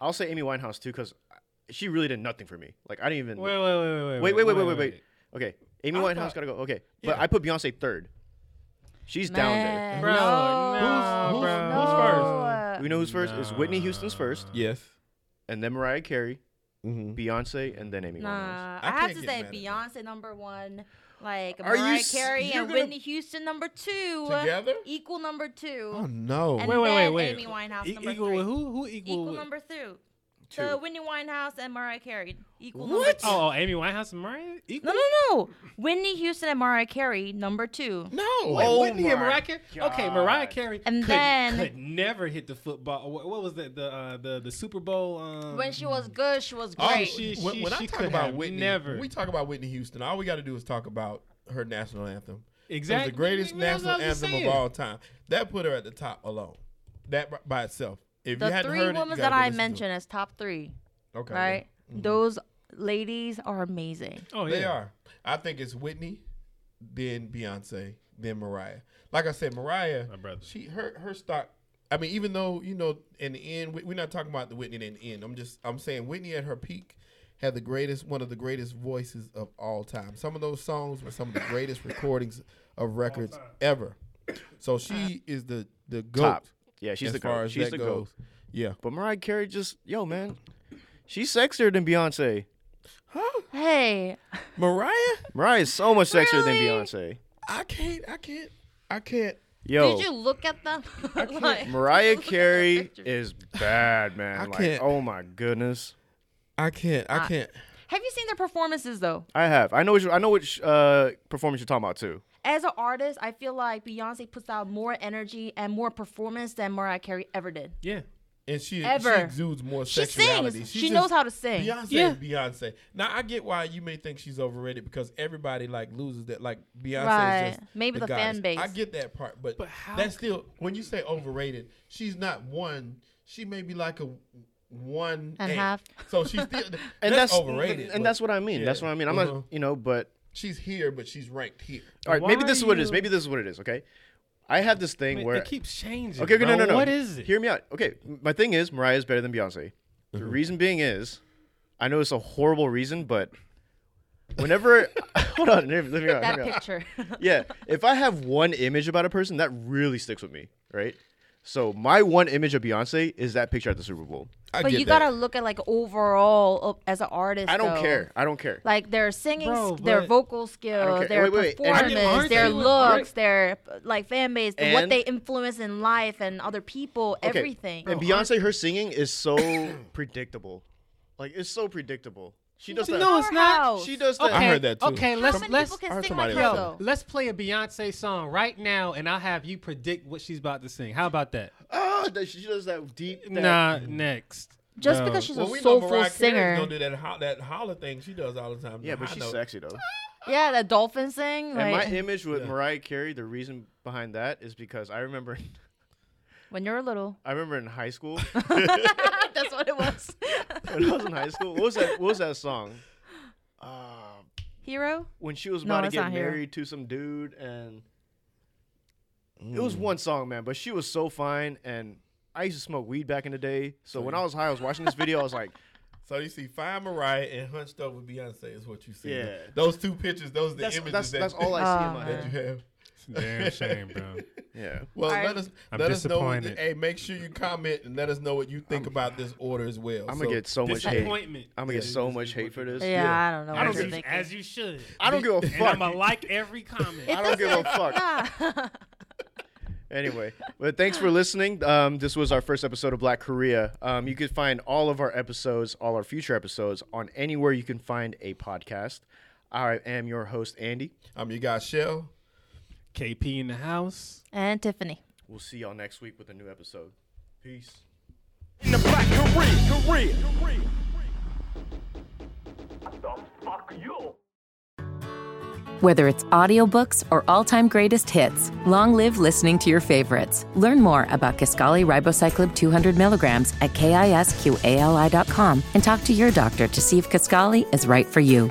Speaker 2: I'll say Amy Winehouse too, because she really did nothing for me. Like I didn't even.
Speaker 4: Wait, wait, wait,
Speaker 2: wait,
Speaker 4: wait,
Speaker 2: wait, wait, wait, wait, wait. Okay, Amy
Speaker 3: I
Speaker 2: Winehouse
Speaker 3: thought-
Speaker 2: gotta go. Okay, but I put Beyonce third. She's down
Speaker 5: Man,
Speaker 4: Bro,
Speaker 5: no.
Speaker 4: no,
Speaker 3: Who's-
Speaker 4: bro.
Speaker 3: who's- who's
Speaker 2: there.
Speaker 3: first?
Speaker 2: We know who's first. It's Whitney Houston's first,
Speaker 3: Yes.
Speaker 2: and then Mariah Carey,
Speaker 3: Mm-hmm.
Speaker 2: Beyonce, and then Amy Winehouse.
Speaker 5: Nah,
Speaker 3: I
Speaker 5: I, have
Speaker 3: can't
Speaker 5: to
Speaker 3: get
Speaker 5: say
Speaker 3: mad at
Speaker 5: Beyonce number one, like
Speaker 2: Are you
Speaker 5: Mariah
Speaker 2: s-
Speaker 5: Carey
Speaker 3: you're
Speaker 5: and
Speaker 3: gonna-
Speaker 5: Whitney Houston number two,
Speaker 3: Together?
Speaker 5: equal number two,
Speaker 3: Oh no.
Speaker 5: And
Speaker 4: Wait, wait, wait,
Speaker 5: then
Speaker 4: wait.
Speaker 5: Amy Winehouse
Speaker 4: E-
Speaker 5: number
Speaker 4: equal
Speaker 5: three.
Speaker 4: with who? Who equal?
Speaker 5: equal
Speaker 4: with-
Speaker 5: number two.
Speaker 2: Two.
Speaker 5: So Whitney Winehouse and Mariah Carey, equal
Speaker 3: What?
Speaker 5: number two.
Speaker 4: Oh, oh, Amy Winehouse and Mariah.
Speaker 5: No,
Speaker 4: Equal?
Speaker 5: no, no. Whitney Houston and Mariah Carey number two.
Speaker 3: no.
Speaker 4: Wait,
Speaker 3: Oh,
Speaker 4: Whitney and Mariah Carey. Okay, Mariah Carey
Speaker 5: And
Speaker 4: could,
Speaker 5: then-
Speaker 4: could never hit the football. What, what was that? The uh, the the Super Bowl. Um,
Speaker 5: When she was good, she was
Speaker 3: Oh,
Speaker 5: great.
Speaker 4: she-
Speaker 3: when, when I
Speaker 4: she
Speaker 3: talk
Speaker 4: could
Speaker 3: about
Speaker 4: have
Speaker 3: Whitney,
Speaker 4: never.
Speaker 3: we talk about Whitney Houston. All we got to do is talk about her national anthem.
Speaker 4: Exact-
Speaker 3: It was the greatest
Speaker 4: That's what I
Speaker 3: national
Speaker 4: was just
Speaker 3: anthem of
Speaker 4: saying.
Speaker 3: all time. That put her at the top alone. That b- by itself. If you
Speaker 5: the
Speaker 3: hadn't
Speaker 5: three
Speaker 3: heard it, you
Speaker 5: women that
Speaker 3: gotta go listen to
Speaker 5: I
Speaker 3: it. Mm-hmm.
Speaker 5: mentioned as top three,
Speaker 3: okay, yeah.
Speaker 5: right? Those ladies are amazing.
Speaker 4: oh yeah.
Speaker 3: They are. I think it's Whitney, then Beyonce, then Mariah. Like I said, Mariah,
Speaker 4: My brother.
Speaker 3: she her her stock. I mean, even though you know, in the end, we- we're not talking about the Whitney in the end. I'm just I'm saying Whitney at her peak had the greatest, one of the greatest voices of all time. Some of those songs were some of the greatest recordings of records ever. So she is the the goat.
Speaker 2: Top. Yeah, she's
Speaker 3: as
Speaker 2: the
Speaker 3: far
Speaker 2: goat.
Speaker 3: as
Speaker 2: She's
Speaker 3: that
Speaker 2: the goat.
Speaker 3: goes. Yeah.
Speaker 2: But Mariah Carey just yo man, she's sexier than Beyonce.
Speaker 5: Hey,
Speaker 3: Mariah,
Speaker 2: Mariah is so much sexier
Speaker 5: Really?
Speaker 2: than Beyonce.
Speaker 3: I can't, I can't, I can't.
Speaker 2: Yo,
Speaker 5: did you look at them? Like,
Speaker 2: Mariah
Speaker 5: look at the
Speaker 2: Carey
Speaker 5: picture.
Speaker 2: is bad, man.
Speaker 3: I
Speaker 2: like,
Speaker 3: can't.
Speaker 2: oh my goodness.
Speaker 3: I can't. I can't.
Speaker 5: Have you seen their performances though?
Speaker 2: I have. I know which. I know which uh, performance you're talking about too.
Speaker 5: As an artist, I feel like Beyonce puts out more energy and more performance than Mariah Carey ever did.
Speaker 4: Yeah.
Speaker 3: and she, she
Speaker 5: Ever.
Speaker 3: exudes more
Speaker 5: She
Speaker 3: sexuality.
Speaker 5: sings.
Speaker 3: She's
Speaker 5: She
Speaker 3: just-
Speaker 5: knows how to sing.
Speaker 3: Beyonce
Speaker 4: Yeah.
Speaker 3: is Beyonce. Now I get why you may think she's overrated because everybody like loses that. Like Beyonce
Speaker 5: Right.
Speaker 3: is just
Speaker 5: Maybe the
Speaker 3: goddess.
Speaker 5: fan base.
Speaker 3: I get that part, but,
Speaker 4: But how
Speaker 3: that's still when you say overrated. She's not one. She may be like a one
Speaker 5: And
Speaker 3: eight.
Speaker 5: half.
Speaker 3: So she's still and
Speaker 2: And that's,
Speaker 3: overrated.
Speaker 2: And
Speaker 3: but
Speaker 2: that's what I mean. That's
Speaker 3: yeah.
Speaker 2: what I mean. I'm
Speaker 3: Uh-huh.
Speaker 2: not. You know, but
Speaker 3: she's here, but she's ranked here.
Speaker 2: all right. Maybe
Speaker 4: Why
Speaker 2: this is what it is.
Speaker 4: you-
Speaker 2: Maybe this is what it is. Okay. I have this thing
Speaker 4: Man,
Speaker 2: where
Speaker 4: it keeps changing.
Speaker 2: Okay, okay, no, no,
Speaker 4: bro.
Speaker 2: no.
Speaker 4: What is it?
Speaker 2: Hear me out. Okay, my thing is Mariah is better than Beyonce. The reason being is, I know it's a horrible reason, but whenever hold on, let me, let me go,
Speaker 5: That
Speaker 2: hear me out.
Speaker 5: picture.
Speaker 2: Yeah, if I have one image about a person, that really sticks with me, right? So my one image of Beyonce is that picture at the Super Bowl.
Speaker 3: I
Speaker 5: but
Speaker 3: get
Speaker 5: you
Speaker 3: that.
Speaker 5: gotta look at like overall o- as an artist.
Speaker 2: I don't
Speaker 5: though.
Speaker 2: care. I don't care.
Speaker 5: Like their singing,
Speaker 4: Bro,
Speaker 5: s- their
Speaker 4: but-
Speaker 5: vocal skills,
Speaker 2: care.
Speaker 5: their
Speaker 2: Wait, wait, wait.
Speaker 4: I mean,
Speaker 5: performance,
Speaker 4: aren't
Speaker 5: their
Speaker 4: you-
Speaker 5: looks,
Speaker 4: aren't-
Speaker 5: their like fan base, and what
Speaker 2: And-
Speaker 5: they influence in life and other people,
Speaker 2: Okay,
Speaker 5: everything.
Speaker 2: And Beyonce, her singing is so predictable. Like it's so predictable. She does that.
Speaker 4: No, it's not.
Speaker 2: She does that.
Speaker 4: Okay.
Speaker 3: heard that too.
Speaker 4: Okay,
Speaker 3: How
Speaker 4: let's
Speaker 5: many people
Speaker 4: let's
Speaker 3: I
Speaker 5: can
Speaker 3: heard
Speaker 5: sing like
Speaker 3: somebody
Speaker 5: her
Speaker 3: else
Speaker 4: yo,
Speaker 5: though?
Speaker 4: let's play a Beyonce song right now, and I'll have you predict what she's about to sing. How about that?
Speaker 2: Ah, that- she does that deep. That,
Speaker 4: Nah, next.
Speaker 5: Just
Speaker 4: No.
Speaker 5: because she's
Speaker 3: Well,
Speaker 5: a
Speaker 3: we know
Speaker 5: soulful
Speaker 3: Mariah Carey's
Speaker 5: singer.
Speaker 3: gonna do that ho- that holler thing she does all the time.
Speaker 2: Yeah, but
Speaker 3: I
Speaker 2: she's
Speaker 3: know.
Speaker 2: sexy though.
Speaker 5: Yeah, that dolphin sing.
Speaker 2: And my
Speaker 5: Like,
Speaker 2: image with Mariah Carey, the reason behind that is because I remember,
Speaker 5: when you're little,
Speaker 2: I remember in high school,
Speaker 5: that's what it was.
Speaker 2: when I was in high school, what was that? What was that song? Uh,
Speaker 5: Hero.
Speaker 2: when she was
Speaker 5: No,
Speaker 2: about to
Speaker 5: it's
Speaker 2: get
Speaker 5: not here.
Speaker 2: married to some dude, and it was one song, man. But she was so fine, and I used to smoke weed back in the day. So when I was high, I was watching this video. I was like,
Speaker 3: So you see Fire Mariah and hunched over Beyonce is what you see.
Speaker 2: Yeah.
Speaker 3: Those two pictures, those are the
Speaker 2: that's
Speaker 3: images
Speaker 2: that's,
Speaker 3: that,
Speaker 2: that's all I see in my
Speaker 3: that
Speaker 2: head.
Speaker 3: you have.
Speaker 4: Damn shame, bro.
Speaker 2: Yeah.
Speaker 3: Well,
Speaker 5: I-
Speaker 3: let us
Speaker 4: I'm
Speaker 3: let us know. what-
Speaker 4: disappointed.
Speaker 3: hey, make sure you comment and let us know what you think about this order as well.
Speaker 2: I'm gonna get so much hate. I'm
Speaker 4: Disappointment.
Speaker 2: gonna get so much hate for this.
Speaker 5: Yeah, I don't know.
Speaker 4: I
Speaker 5: what
Speaker 4: don't
Speaker 5: to
Speaker 4: as, you,
Speaker 5: think.
Speaker 4: as you should.
Speaker 2: I don't give a
Speaker 4: And I'ma
Speaker 2: fuck.
Speaker 4: like every comment.
Speaker 2: I don't give a fuck. Anyway, but thanks for listening. Um, this was our first episode of Black Korea. Um, you can find all of our episodes, all our future episodes, on anywhere you can find a podcast. I am your host, Andy.
Speaker 3: I'm your guy um, Shell.
Speaker 4: KP in the house.
Speaker 5: and Tiffany.
Speaker 2: We'll see y'all next week with a new episode. Peace.
Speaker 1: In the black Korea, Korea, Korea.
Speaker 6: Whether it's audiobooks or all-time greatest hits, long live listening to your favorites. Learn more about Kaskali Ribocyclib 200 milligrams at kisqali.com and talk to your doctor to see if Kaskali is right for you.